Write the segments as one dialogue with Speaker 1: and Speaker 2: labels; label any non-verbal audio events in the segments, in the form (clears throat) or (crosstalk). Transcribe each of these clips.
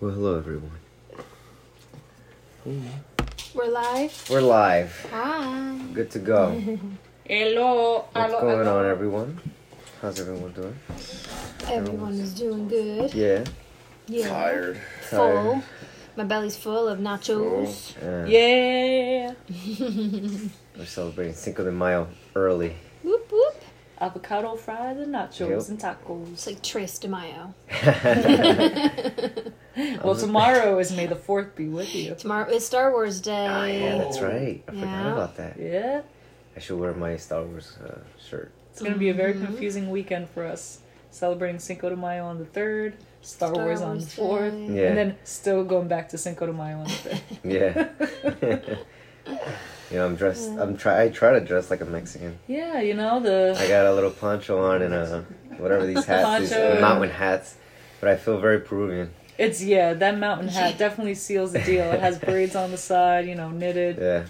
Speaker 1: Well, hello everyone.
Speaker 2: We're live.
Speaker 1: We're live.
Speaker 2: Hi.
Speaker 1: Good to
Speaker 3: (laughs)
Speaker 1: go.
Speaker 3: Hello.
Speaker 1: What's
Speaker 3: hello,
Speaker 1: going
Speaker 3: hello.
Speaker 1: on, everyone? How's everyone doing?
Speaker 2: Everyone is doing good.
Speaker 1: Yeah.
Speaker 2: Yeah.
Speaker 4: Tired.
Speaker 2: Full. My belly's full of nachos.
Speaker 1: Uh,
Speaker 3: Yeah.
Speaker 1: We're celebrating Cinco de Mayo early. (laughs)
Speaker 2: Whoop whoop.
Speaker 3: Avocado fries and
Speaker 1: Yep.
Speaker 3: nachos and tacos.
Speaker 2: It's like Tris de Mayo.
Speaker 3: Well, tomorrow is May the 4th be with you.
Speaker 2: Tomorrow is Star Wars Day.
Speaker 1: Oh, yeah, that's right. I
Speaker 2: Yeah.
Speaker 1: forgot about that.
Speaker 3: Yeah.
Speaker 1: I should wear my Star Wars uh, shirt.
Speaker 3: It's going to be a very
Speaker 2: Mm-hmm.
Speaker 3: confusing weekend for us. Celebrating Cinco de Mayo on the 3rd, Star,
Speaker 2: Star
Speaker 3: Wars, on the
Speaker 2: Wars
Speaker 3: 4th,
Speaker 2: Day.
Speaker 1: Yeah.
Speaker 3: and then still going back to Cinco de Mayo on the 5th.
Speaker 1: (laughs)
Speaker 2: (laughs)
Speaker 3: (laughs)
Speaker 1: Yeah. you know, I'm dressed. I'm try. I try to dress like a Mexican.
Speaker 3: yeah, you know, the.
Speaker 1: I got a little poncho on and uh, whatever these hats,
Speaker 3: Poncho.
Speaker 1: these uh, mountain hats. But I feel very Peruvian.
Speaker 3: It's, yeah, that mountain hat definitely seals the deal. It
Speaker 1: (laughs)
Speaker 3: has braids on the side, you know, knitted.
Speaker 1: Yeah.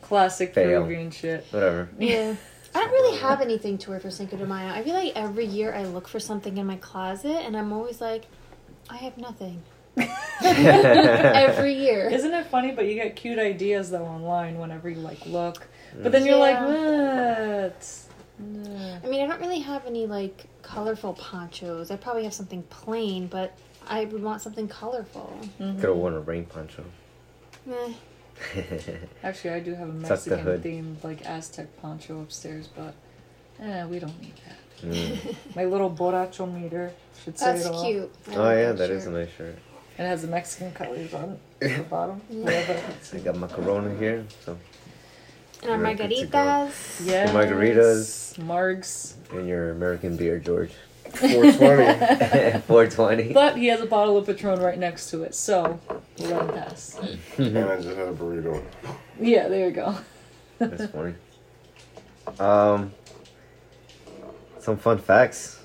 Speaker 3: Classic
Speaker 1: Fail.
Speaker 3: Peruvian shit. (laughs)
Speaker 1: Whatever. (laughs)
Speaker 2: Yeah. I don't really have anything to wear for Cinco de Mayo. I feel like every year I look for something in my closet and I'm always like, I have nothing.
Speaker 3: Mm-hmm.
Speaker 2: Every year.
Speaker 3: (laughs) Isn't it funny? But you get cute ideas though online whenever you like look, but then you're like, what? Nah.
Speaker 2: I mean, I don't really have any like colorful ponchos. I probably have something plain, but I would want something colorful.
Speaker 1: Could have worn a rain poncho.
Speaker 2: Meh.
Speaker 1: Mm.
Speaker 3: Actually, I do have a
Speaker 1: the
Speaker 3: Mexican
Speaker 1: hood.
Speaker 3: themed like Aztec poncho upstairs, but eh, we don't need that.
Speaker 1: Mm.
Speaker 3: My little borracho meter should say
Speaker 2: That's
Speaker 3: it all.
Speaker 2: cute. I
Speaker 1: Oh
Speaker 2: like
Speaker 1: yeah, that is a
Speaker 2: shirt.
Speaker 1: nice shirt.
Speaker 3: It has the Mexican
Speaker 1: (laughs)
Speaker 3: colors on it at the bottom. Whatever.
Speaker 1: I got macarona here, so
Speaker 2: And our
Speaker 1: Very good to go.
Speaker 2: margaritas.
Speaker 3: Yes.
Speaker 1: margaritas.
Speaker 3: margs.
Speaker 1: and your American beer, George.
Speaker 4: 420.
Speaker 1: (laughs) 420.
Speaker 3: But he has a bottle of Patron right next to it, so we'll let him pass.
Speaker 1: Mm-hmm.
Speaker 4: and I just had a burrito.
Speaker 3: Yeah, there you go.
Speaker 1: That's funny. Um, some fun facts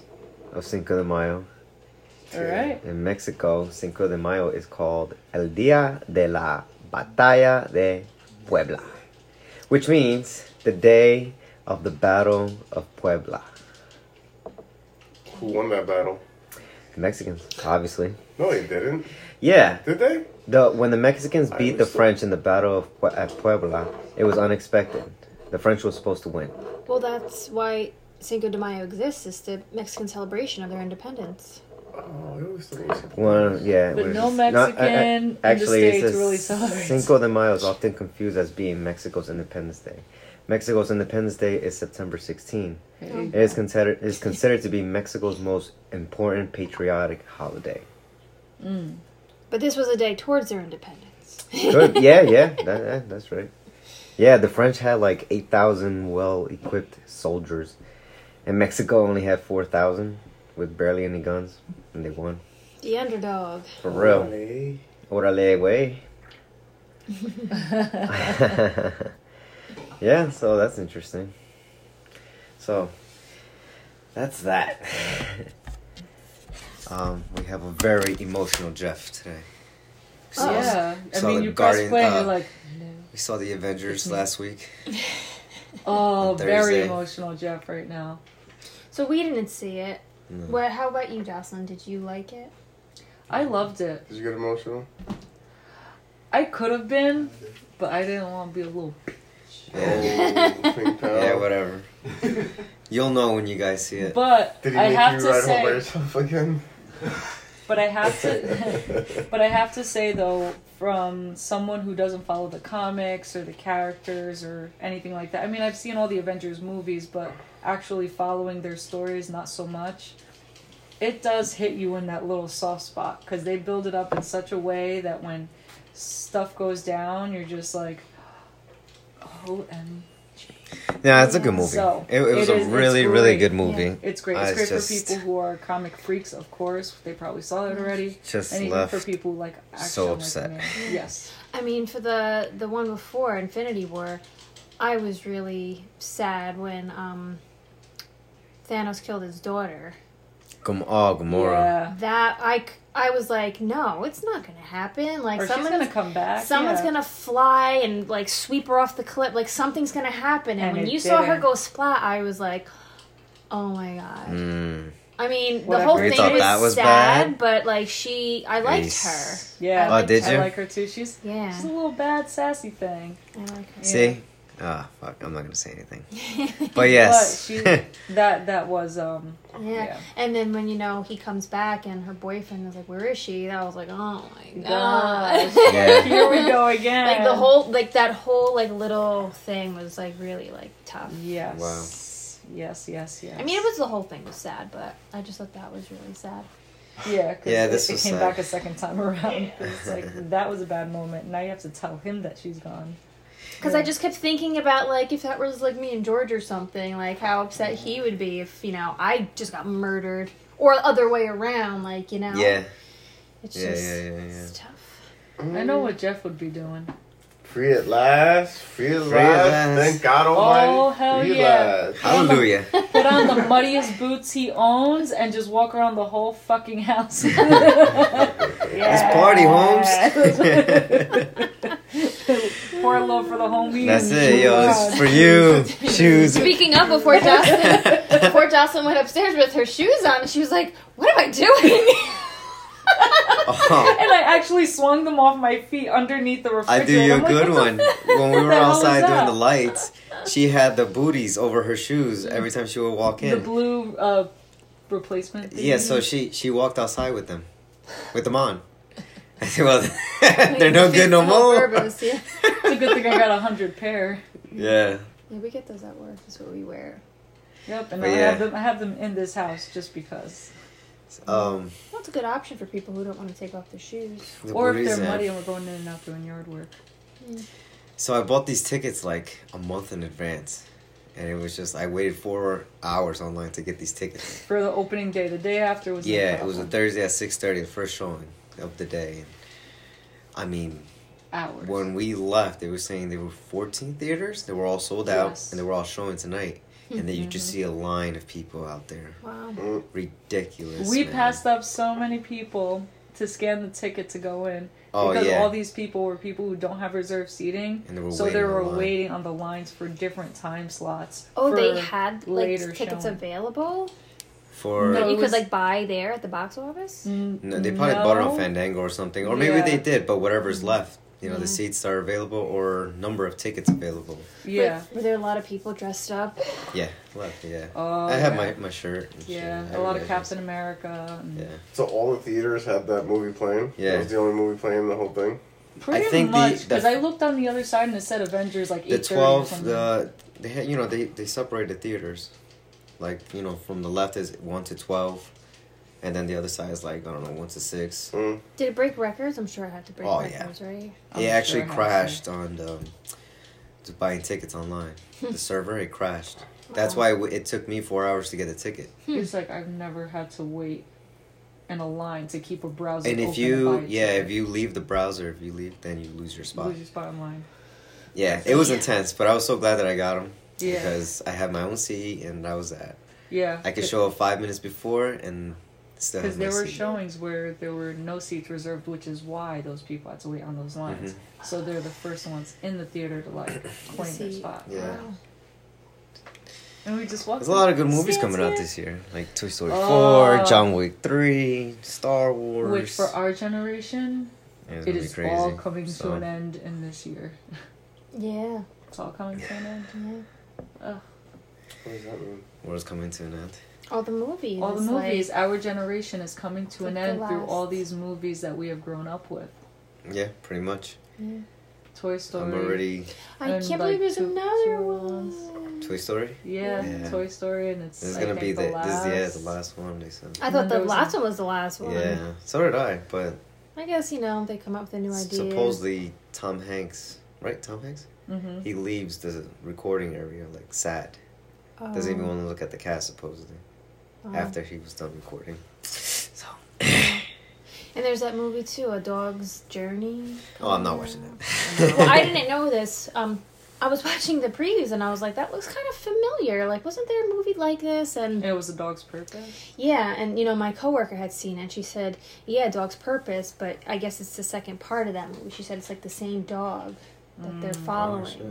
Speaker 1: of Cinco de Mayo.
Speaker 3: All right.
Speaker 1: In Mexico, Cinco de Mayo is called El Dia de la Batalla de Puebla, which means the day of the Battle of Puebla.
Speaker 4: Who won that battle?
Speaker 1: The Mexicans, obviously.
Speaker 4: No, they didn't.
Speaker 1: Yeah,
Speaker 4: Did they?
Speaker 1: The when the Mexicans
Speaker 4: I
Speaker 1: beat the
Speaker 4: understand.
Speaker 1: French in the Battle of Pue- at Puebla, it was unexpected. The French were supposed to win.
Speaker 2: Well, that's why Cinco de Mayo exists. It's the Mexican celebration of their independence.
Speaker 4: Oh, I always thought it was.
Speaker 1: Well, yeah, it
Speaker 3: But
Speaker 1: was
Speaker 3: no
Speaker 1: just-
Speaker 3: Mexican in the States
Speaker 1: it's a
Speaker 3: really celebrates.
Speaker 1: Cinco de Mayo is often confused as being Mexico's Independence Day. Mexico's Independence Day is September 16.
Speaker 3: There you
Speaker 1: (laughs) It is considered is considered to be Mexico's most important patriotic holiday.
Speaker 2: But this was a day towards their independence.
Speaker 1: Good. Yeah, yeah, that, that- that's right. Yeah, the French had like 8,000 well equipped soldiers, and Mexico only had 4,000 with barely any guns, and they won.
Speaker 2: (laughs) the underdog.
Speaker 1: For real.
Speaker 4: Hey.
Speaker 1: Orale, way. (laughs) yeah, so that's interesting. So, that's that. (laughs) um, we have a very emotional Jeff today.
Speaker 3: go. Yeah. I
Speaker 1: So
Speaker 3: mean,
Speaker 1: the
Speaker 3: you press
Speaker 1: Guardian-
Speaker 3: play and
Speaker 1: uh,
Speaker 3: you're like,
Speaker 1: We saw the Avengers last week.
Speaker 3: oh,
Speaker 1: on
Speaker 3: very
Speaker 1: Thursday.
Speaker 3: emotional, Jeff, right now.
Speaker 2: So we didn't see it.
Speaker 1: No.
Speaker 2: Well, how about you, Jocelyn? Did you like it?
Speaker 3: I loved it.
Speaker 4: Did you
Speaker 3: (laughs)
Speaker 4: get emotional?
Speaker 3: I could have been, but I didn't want to be a little.
Speaker 4: Oh, pink pal.
Speaker 1: Yeah, (laughs) whatever. You'll know when you guys see it.
Speaker 3: But
Speaker 4: Did he
Speaker 3: I
Speaker 4: make
Speaker 3: have
Speaker 4: you
Speaker 3: to
Speaker 4: ride home by
Speaker 3: say,
Speaker 4: yourself again?
Speaker 3: but I have
Speaker 4: (laughs)
Speaker 3: to, (laughs) but I have to say though, from someone who doesn't follow the comics or the characters or anything like that. I mean, I've seen all the Avengers movies, but actually following their stories, not so much. It does hit you in that little soft spot because they build it up in such a way that when stuff goes down, you're just like, oh, and
Speaker 1: Yeah, it's a good movie.
Speaker 3: So,
Speaker 1: it, it was
Speaker 3: it
Speaker 1: a
Speaker 3: is- it's
Speaker 1: really, really
Speaker 3: great.
Speaker 1: good movie.
Speaker 3: It's great.
Speaker 1: Uh,
Speaker 3: It's
Speaker 1: it's
Speaker 3: great
Speaker 1: just- Mm-hmm.
Speaker 3: for people who are comic freaks, of course. They probably saw it already.
Speaker 1: Just
Speaker 3: and
Speaker 1: left
Speaker 3: even for people who like action
Speaker 1: so
Speaker 3: like
Speaker 1: upset.
Speaker 3: me. Yes.
Speaker 2: I mean, for the the one before Infinity War, I was really sad when um, Thanos killed his daughter.
Speaker 1: Gom- oh, Gamora.
Speaker 3: Yeah.
Speaker 2: That I c- I was like, no, it's not gonna happen. Like
Speaker 3: Or she's
Speaker 2: someone's
Speaker 3: gonna come back.
Speaker 2: Someone's
Speaker 3: yeah.
Speaker 2: gonna fly and like sweep her off the cliff. Like something's gonna happen. And,
Speaker 3: And
Speaker 2: when
Speaker 3: it
Speaker 2: you saw her
Speaker 3: didn't.
Speaker 2: go splat, I was like, "Oh my god!"
Speaker 1: Mm.
Speaker 2: I mean, the
Speaker 3: Whatever.
Speaker 2: whole
Speaker 3: You
Speaker 1: thought
Speaker 2: thing was
Speaker 1: that was
Speaker 2: sad,
Speaker 1: bad?
Speaker 2: but like she, I liked
Speaker 1: Nice.
Speaker 3: Yeah.
Speaker 2: I
Speaker 1: Oh,
Speaker 2: liked
Speaker 1: did
Speaker 3: I
Speaker 1: you?
Speaker 3: like her too. She's
Speaker 2: her. Yeah,
Speaker 3: she's a little bad sassy thing.
Speaker 2: I like her.
Speaker 1: See? Ah, fuck. I'm not gonna say anything.
Speaker 2: (laughs) yeah.
Speaker 1: But yes. (laughs)
Speaker 3: she- That that was um yeah.
Speaker 2: and then when you know he comes back and her boyfriend is like, "Where is she?" That was like, "Oh my god!"
Speaker 3: Gosh.
Speaker 1: Yeah.
Speaker 3: (laughs) Here we go again.
Speaker 2: like the whole, like that whole like little thing was like really like tough.
Speaker 3: Yes. Yes, yes, yes.
Speaker 2: I mean, it was the whole thing was sad, but I just thought that was really sad.
Speaker 3: Yeah, 'cause
Speaker 1: Yeah,
Speaker 3: it-
Speaker 1: this
Speaker 3: it,
Speaker 1: was
Speaker 3: came
Speaker 1: sad.
Speaker 3: back a second time (laughs) around. It's like that was a bad moment. Now you have to tell him that she's gone.
Speaker 2: Because I
Speaker 3: Yeah.
Speaker 2: just kept thinking about like if that was like me and George or something, like how upset he would be if you know I just got murdered or other way around, like you know.
Speaker 1: yeah.
Speaker 2: It's
Speaker 1: Yeah,
Speaker 2: just
Speaker 1: yeah, yeah, yeah.
Speaker 2: It's tough.
Speaker 3: I know what Jeff would be doing.
Speaker 4: Free at last. Free at
Speaker 1: Free at
Speaker 4: last.
Speaker 1: last.
Speaker 4: Thank God Almighty.
Speaker 3: Oh, hell
Speaker 4: free at
Speaker 3: yeah.
Speaker 4: last. (laughs)
Speaker 1: Hallelujah.
Speaker 3: Put on the muddiest boots he owns and just walk around the whole fucking
Speaker 1: (laughs)
Speaker 3: house. It's
Speaker 1: party, Holmes.
Speaker 3: (laughs) Pour a little for the
Speaker 1: (laughs)
Speaker 3: homie.
Speaker 1: That's
Speaker 3: and
Speaker 1: it,
Speaker 3: move
Speaker 1: yo. This
Speaker 3: on.
Speaker 1: is for
Speaker 3: (laughs)
Speaker 1: you. Shoes. (laughs)
Speaker 2: Speaking of, before Jocelyn, before Jocelyn went upstairs with her shoes on, she was like, "What am I doing?"
Speaker 1: Oh,
Speaker 3: And I actually swung them off my feet underneath the
Speaker 1: I
Speaker 3: refrigerator.
Speaker 1: do you
Speaker 3: I'm
Speaker 1: a
Speaker 3: like,
Speaker 1: good
Speaker 3: "What
Speaker 1: one. When we
Speaker 3: (laughs) What
Speaker 1: were
Speaker 3: the hell was
Speaker 1: outside doing
Speaker 3: that?
Speaker 1: the lights, she had the booties over her shoes every time she would walk
Speaker 3: the, the
Speaker 1: in.
Speaker 3: blue uh, replacement.
Speaker 1: Yeah, so
Speaker 3: thingy.
Speaker 1: she she walked outside with them, with them on. (laughs) I said, well, (laughs) they're no good no more. (laughs)
Speaker 2: Verbose, yeah.
Speaker 3: it's a good thing I got a hundred pair.
Speaker 1: Yeah,
Speaker 2: (laughs) yeah, we get those at work. That's what we wear.
Speaker 3: Yep, and
Speaker 1: But
Speaker 3: I
Speaker 1: yeah.
Speaker 3: have them. I have them in this house just because.
Speaker 1: um,
Speaker 2: That's a good option for people who don't want to take off their shoes.
Speaker 1: the
Speaker 3: or if
Speaker 1: booties,
Speaker 3: they're
Speaker 1: man.
Speaker 3: muddy and we're going in and out doing yard work.
Speaker 1: So I bought these tickets like a month in advance, and it was just I waited four hours online to get these tickets.
Speaker 3: For the opening day, the day after was.
Speaker 1: Yeah, it
Speaker 3: incredible.
Speaker 1: was a Thursday at six thirty, the first showing of the day. And, I mean,
Speaker 3: hours.
Speaker 1: when we left, they were saying there were fourteen theaters. They were all sold out,
Speaker 3: Yes. Mm-hmm.
Speaker 1: and they were all showing tonight. And then you just see a line of people out there,
Speaker 2: Wow.
Speaker 4: Mm,
Speaker 1: ridiculous.
Speaker 3: we
Speaker 1: man.
Speaker 3: passed up so many people to scan the ticket to go in
Speaker 1: Oh
Speaker 3: because
Speaker 1: yeah,
Speaker 3: all these people were people who don't have reserved seating,
Speaker 1: And they were
Speaker 3: so
Speaker 1: waiting
Speaker 3: they
Speaker 1: in
Speaker 3: were
Speaker 1: line.
Speaker 3: waiting on the lines for different time slots.
Speaker 2: Oh,
Speaker 3: for-
Speaker 2: they had like
Speaker 3: later
Speaker 2: tickets
Speaker 3: showing.
Speaker 2: available
Speaker 1: for
Speaker 3: No,
Speaker 2: that
Speaker 3: it
Speaker 2: you could
Speaker 3: was-
Speaker 2: like buy there at the box office.
Speaker 3: N-
Speaker 1: Mm, No, they probably bought it
Speaker 3: no.
Speaker 1: on Fandango or something, or maybe
Speaker 3: Yeah.
Speaker 1: they
Speaker 3: Mm-hmm.
Speaker 1: did. But whatever's left, you know,
Speaker 2: Yeah.
Speaker 1: the seats are available or number of tickets available.
Speaker 3: Yeah.
Speaker 2: Were there a lot of people dressed up?
Speaker 1: Yeah, left. Yeah,
Speaker 3: Oh,
Speaker 1: I had
Speaker 3: yeah.
Speaker 1: my my shirt. and shit,
Speaker 3: Yeah,
Speaker 1: I
Speaker 3: a lot of
Speaker 1: really-
Speaker 3: Captain America. And
Speaker 1: Yeah,
Speaker 4: So all the theaters had that movie playing.
Speaker 1: Yeah.
Speaker 4: That was the only movie playing the whole thing.
Speaker 3: Pretty
Speaker 1: I think the-
Speaker 3: much,
Speaker 1: the-
Speaker 3: because I looked on the other side and it said Avengers like
Speaker 1: the
Speaker 3: eight thirty or
Speaker 1: twelve.
Speaker 3: something.
Speaker 1: The they had you know they they separated theaters, like you know from the left is one to twelve, and then the other side is like I don't know one to six.
Speaker 4: Mm.
Speaker 2: Did it break records? I'm sure it had to break
Speaker 1: Oh, yeah.
Speaker 2: records, right?
Speaker 3: I'm
Speaker 1: it
Speaker 3: sure
Speaker 1: actually
Speaker 3: it has
Speaker 1: crashed on the, to buying tickets
Speaker 3: (laughs)
Speaker 1: online. the server it crashed. That's
Speaker 3: Oh.
Speaker 1: why it, w- it took me four hours to get a ticket.
Speaker 2: Hmm.
Speaker 3: It's like I've never had to wait in a line to keep a browser.
Speaker 1: and if
Speaker 3: open
Speaker 1: you
Speaker 3: buy a
Speaker 1: yeah if
Speaker 3: ticket.
Speaker 1: you leave the browser if you leave then you lose your spot
Speaker 3: lose your spot online.
Speaker 1: yeah it was intense but i was so glad that i got them
Speaker 3: Yeah,
Speaker 1: because i had my own seat and i was at
Speaker 3: yeah.
Speaker 1: i could show up five minutes before and still have
Speaker 3: because
Speaker 1: my
Speaker 3: there were
Speaker 1: seat.
Speaker 3: showings where there were no seats reserved, which is why those people had to wait on those lines.
Speaker 1: Mm-hmm.
Speaker 3: So they're the first ones in the theater
Speaker 1: (coughs)
Speaker 3: to like claim their
Speaker 2: See.
Speaker 3: spot.
Speaker 1: Yeah.
Speaker 2: Wow.
Speaker 3: And we just walked.
Speaker 1: there's a lot of good
Speaker 3: in.
Speaker 1: movies
Speaker 3: Stand
Speaker 1: coming out
Speaker 3: here.
Speaker 1: this year like toy story
Speaker 3: Oh.
Speaker 1: 4 john wick 3 star wars
Speaker 3: Which for our generation,
Speaker 1: Yeah, it's
Speaker 3: it
Speaker 1: gonna be
Speaker 3: is
Speaker 1: crazy.
Speaker 3: all coming to
Speaker 1: So-
Speaker 3: an end in this year.
Speaker 2: Yeah.
Speaker 3: It's all coming to an end.
Speaker 2: Yeah.
Speaker 4: What does that mean?
Speaker 1: world's coming to an end
Speaker 2: All the movies.
Speaker 3: all the
Speaker 2: like-
Speaker 3: movies our generation is coming to
Speaker 2: Like
Speaker 3: an
Speaker 2: the
Speaker 3: end through
Speaker 2: last-
Speaker 3: all these movies that we have grown up with
Speaker 1: yeah pretty much
Speaker 2: Yeah.
Speaker 3: toy story
Speaker 1: i'm already
Speaker 2: I
Speaker 3: And,
Speaker 2: can't believe
Speaker 3: like,
Speaker 2: there's
Speaker 3: two-
Speaker 2: another
Speaker 3: two
Speaker 2: one.
Speaker 1: toy story
Speaker 3: yeah,
Speaker 1: Yeah.
Speaker 3: toy story and it's
Speaker 1: this is
Speaker 3: I
Speaker 1: gonna be
Speaker 3: think,
Speaker 1: the, this
Speaker 3: last
Speaker 1: is yeah, the last one they said
Speaker 2: I
Speaker 3: And
Speaker 2: thought
Speaker 3: then
Speaker 2: the
Speaker 3: there was
Speaker 2: last one was the last one.
Speaker 1: yeah so did i but
Speaker 2: I guess, you know, they come up with a new idea.
Speaker 1: Supposedly, Tom Hanks, right? Tom Hanks?
Speaker 3: mm-hmm.
Speaker 1: He leaves the recording area like sad. Doesn't
Speaker 3: Oh.
Speaker 2: Um,
Speaker 1: even want to look at the cast, supposedly,
Speaker 2: Oh.
Speaker 1: after he was done recording. So,
Speaker 2: And there's that movie too, A Dog's Journey.
Speaker 1: oh, I'm not watching
Speaker 3: I know.
Speaker 1: that. (laughs)
Speaker 2: well, I didn't know this. Um, I was (laughs) watching the previews and I was like, that looks kind of familiar. Like, wasn't there a movie like this? And
Speaker 3: it was the dog's purpose
Speaker 2: yeah, and you know, my coworker had seen it. She said, yeah, Dog's Purpose, but
Speaker 1: Mm,
Speaker 2: I guess it's the second part of that movie. She said it's like the same dog that they're following.
Speaker 1: shit.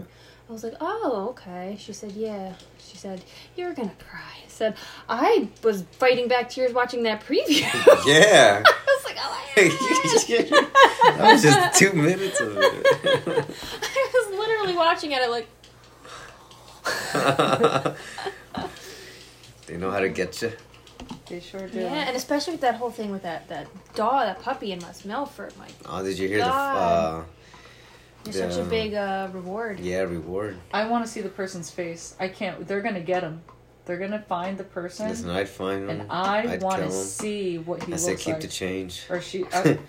Speaker 2: I was like, oh, okay. She said, yeah. She said, you're going to cry. I said, I was fighting back tears watching that
Speaker 1: (laughs)
Speaker 2: preview. (laughs)
Speaker 1: Yeah.
Speaker 2: I was like, oh,
Speaker 1: (laughs)
Speaker 2: my
Speaker 1: You
Speaker 2: God."
Speaker 1: just get- that was just (laughs)
Speaker 2: (laughs)
Speaker 1: two minutes of it.
Speaker 2: I was literally watching it. I like,
Speaker 1: (laughs) they know how to get you.
Speaker 3: They sure do.
Speaker 2: yeah. And especially with that whole thing with that, that dog, that puppy in West Milford. Like,
Speaker 1: Oh, did you hear
Speaker 2: God.
Speaker 1: the?
Speaker 2: there's
Speaker 1: f- Uh,
Speaker 2: such a
Speaker 1: the-
Speaker 2: big uh, reward.
Speaker 1: Yeah, reward.
Speaker 3: I want to see the person's face. I can't. They're gonna get him. They're gonna find the person,
Speaker 1: Listen, I'd find him.
Speaker 3: and I
Speaker 1: I'd
Speaker 3: want to
Speaker 1: kill him.
Speaker 3: see what he
Speaker 1: I
Speaker 3: looks
Speaker 1: said keep
Speaker 3: like.
Speaker 1: the change.
Speaker 3: or she. I,
Speaker 1: (laughs)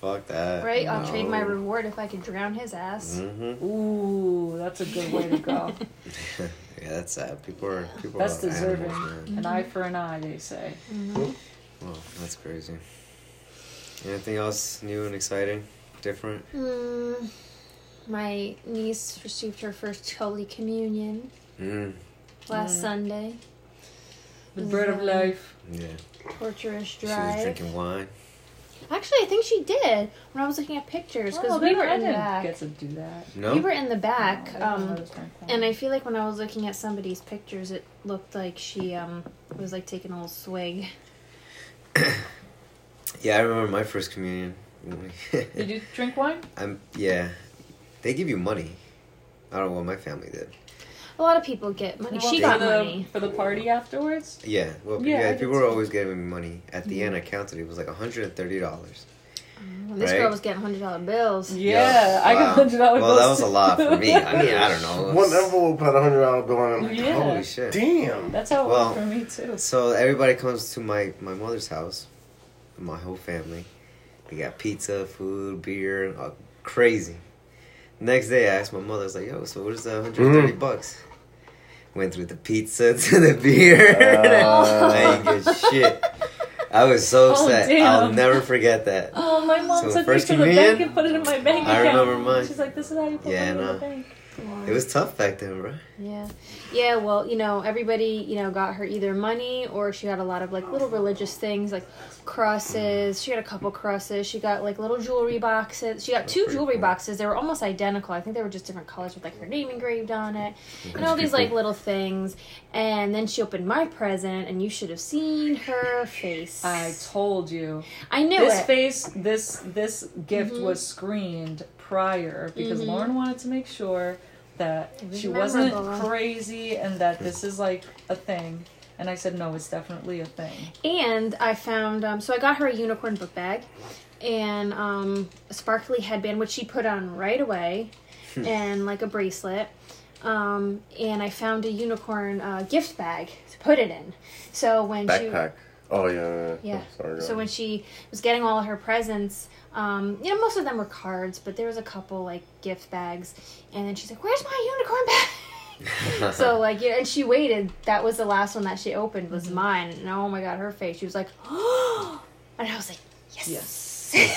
Speaker 1: Fuck that.
Speaker 2: Right? I'll trade my reward if I can drown his ass.
Speaker 1: hmm
Speaker 3: ooh, that's a good way to go.
Speaker 1: (laughs) Yeah, that's sad. People are people
Speaker 3: That's
Speaker 1: are
Speaker 3: deserving.
Speaker 1: Animals, man.
Speaker 3: An eye for an eye, they say.
Speaker 1: Well, that's crazy. Anything else new and exciting, different?
Speaker 2: Mm, my niece received her first Holy Communion
Speaker 1: Mm.
Speaker 2: last Sunday.
Speaker 3: The bread of life.
Speaker 1: Yeah,
Speaker 2: Torturous
Speaker 1: she was
Speaker 2: drive.
Speaker 1: drinking wine.
Speaker 2: Actually, I think she did when I was looking at pictures because
Speaker 3: Oh,
Speaker 2: we
Speaker 3: then
Speaker 2: were
Speaker 3: I
Speaker 2: in the
Speaker 3: didn't
Speaker 2: back.
Speaker 3: get to do that.
Speaker 1: No.
Speaker 2: We were in the back,
Speaker 3: I didn't know
Speaker 2: um,
Speaker 3: those weren't fun.
Speaker 2: and I feel like when I was looking at somebody's pictures, it looked like she um, was like taking a little swig.
Speaker 1: Yeah, I remember my first communion.
Speaker 3: (laughs) Did you drink wine?
Speaker 1: I'm yeah. They give you money. I don't know what my family did.
Speaker 2: A lot of people get money.
Speaker 3: Well,
Speaker 2: she
Speaker 3: for
Speaker 2: got
Speaker 3: the,
Speaker 2: money.
Speaker 3: for the party afterwards.
Speaker 1: Yeah, well,
Speaker 3: Yeah,
Speaker 1: yeah,
Speaker 3: I did
Speaker 1: people were
Speaker 3: too. Mm-hmm.
Speaker 1: always giving me money. At the end, I counted it was like hundred and thirty dollars.
Speaker 2: This
Speaker 1: right?
Speaker 2: girl was getting hundred dollar bills.
Speaker 3: Yeah, I got hundred dollars.
Speaker 1: Well, that was a lot
Speaker 3: (laughs)
Speaker 1: for me. I mean, I don't know. it
Speaker 4: One
Speaker 1: was-
Speaker 4: envelope had a hundred dollar bill in it.
Speaker 3: Yeah.
Speaker 1: Holy shit!
Speaker 4: Damn.
Speaker 3: That's how it
Speaker 1: Well,
Speaker 3: was for me too.
Speaker 1: So everybody comes to my my mother's house, my whole family. We got pizza, food, beer, uh, crazy. Next day, I asked my mother, I was like, "Yo, so what is that 130
Speaker 4: Mm.
Speaker 1: bucks?" Went through the pizza (laughs) to the beer. (laughs)
Speaker 4: Uh.
Speaker 1: I ain't get shit. I was so
Speaker 3: Oh,
Speaker 1: upset.
Speaker 3: damn.
Speaker 1: I'll never forget that.
Speaker 3: Oh, my mom
Speaker 1: So
Speaker 3: took
Speaker 1: first
Speaker 3: me to the bank
Speaker 1: communion?
Speaker 3: and put it in my bank
Speaker 1: I
Speaker 3: account.
Speaker 1: remember mine.
Speaker 3: She's like, "This is how you put
Speaker 1: Yeah,
Speaker 3: money in
Speaker 1: no.
Speaker 3: the bank."
Speaker 1: It was tough back then, bro.
Speaker 2: Yeah. Yeah, well, you know, everybody, you know, got her either money or she got a lot of like little religious things like crosses. She got a couple crosses. She got like little jewelry boxes. She got two
Speaker 1: pretty
Speaker 2: jewelry
Speaker 1: cool.
Speaker 2: boxes. They were almost identical. I think they were just different colors with like her name engraved on it. And
Speaker 1: That's
Speaker 2: all these
Speaker 1: pretty
Speaker 2: like little things. And then she opened my present and you should have seen her face.
Speaker 3: I told you.
Speaker 2: I knew
Speaker 3: This
Speaker 2: it.
Speaker 3: face, this this gift was screened prior because Lauren wanted to make sure that
Speaker 2: was
Speaker 3: she wasn't
Speaker 2: memorable.
Speaker 3: crazy and that this is like a thing. And I said, "No, it's definitely a thing."
Speaker 2: And I found, um, so I got her a unicorn book bag and um, a sparkly headband, which she put on right away,
Speaker 4: Hmm.
Speaker 2: and like a bracelet. Um, and I found a unicorn uh, gift bag to put it in. So when
Speaker 4: Backpack. Oh yeah.
Speaker 2: she, yeah,
Speaker 4: Sorry.
Speaker 2: so when she was getting all of her presents, um, you know, most of them were cards, but there was a couple like gift bags. And then she's like, "Where's my unicorn bag?" (laughs) so
Speaker 1: (laughs)
Speaker 2: like yeah and she waited that was the last one that she opened was mine and oh my god her face she was like (gasps) oh and i was like yes,
Speaker 1: (laughs)
Speaker 3: Yes,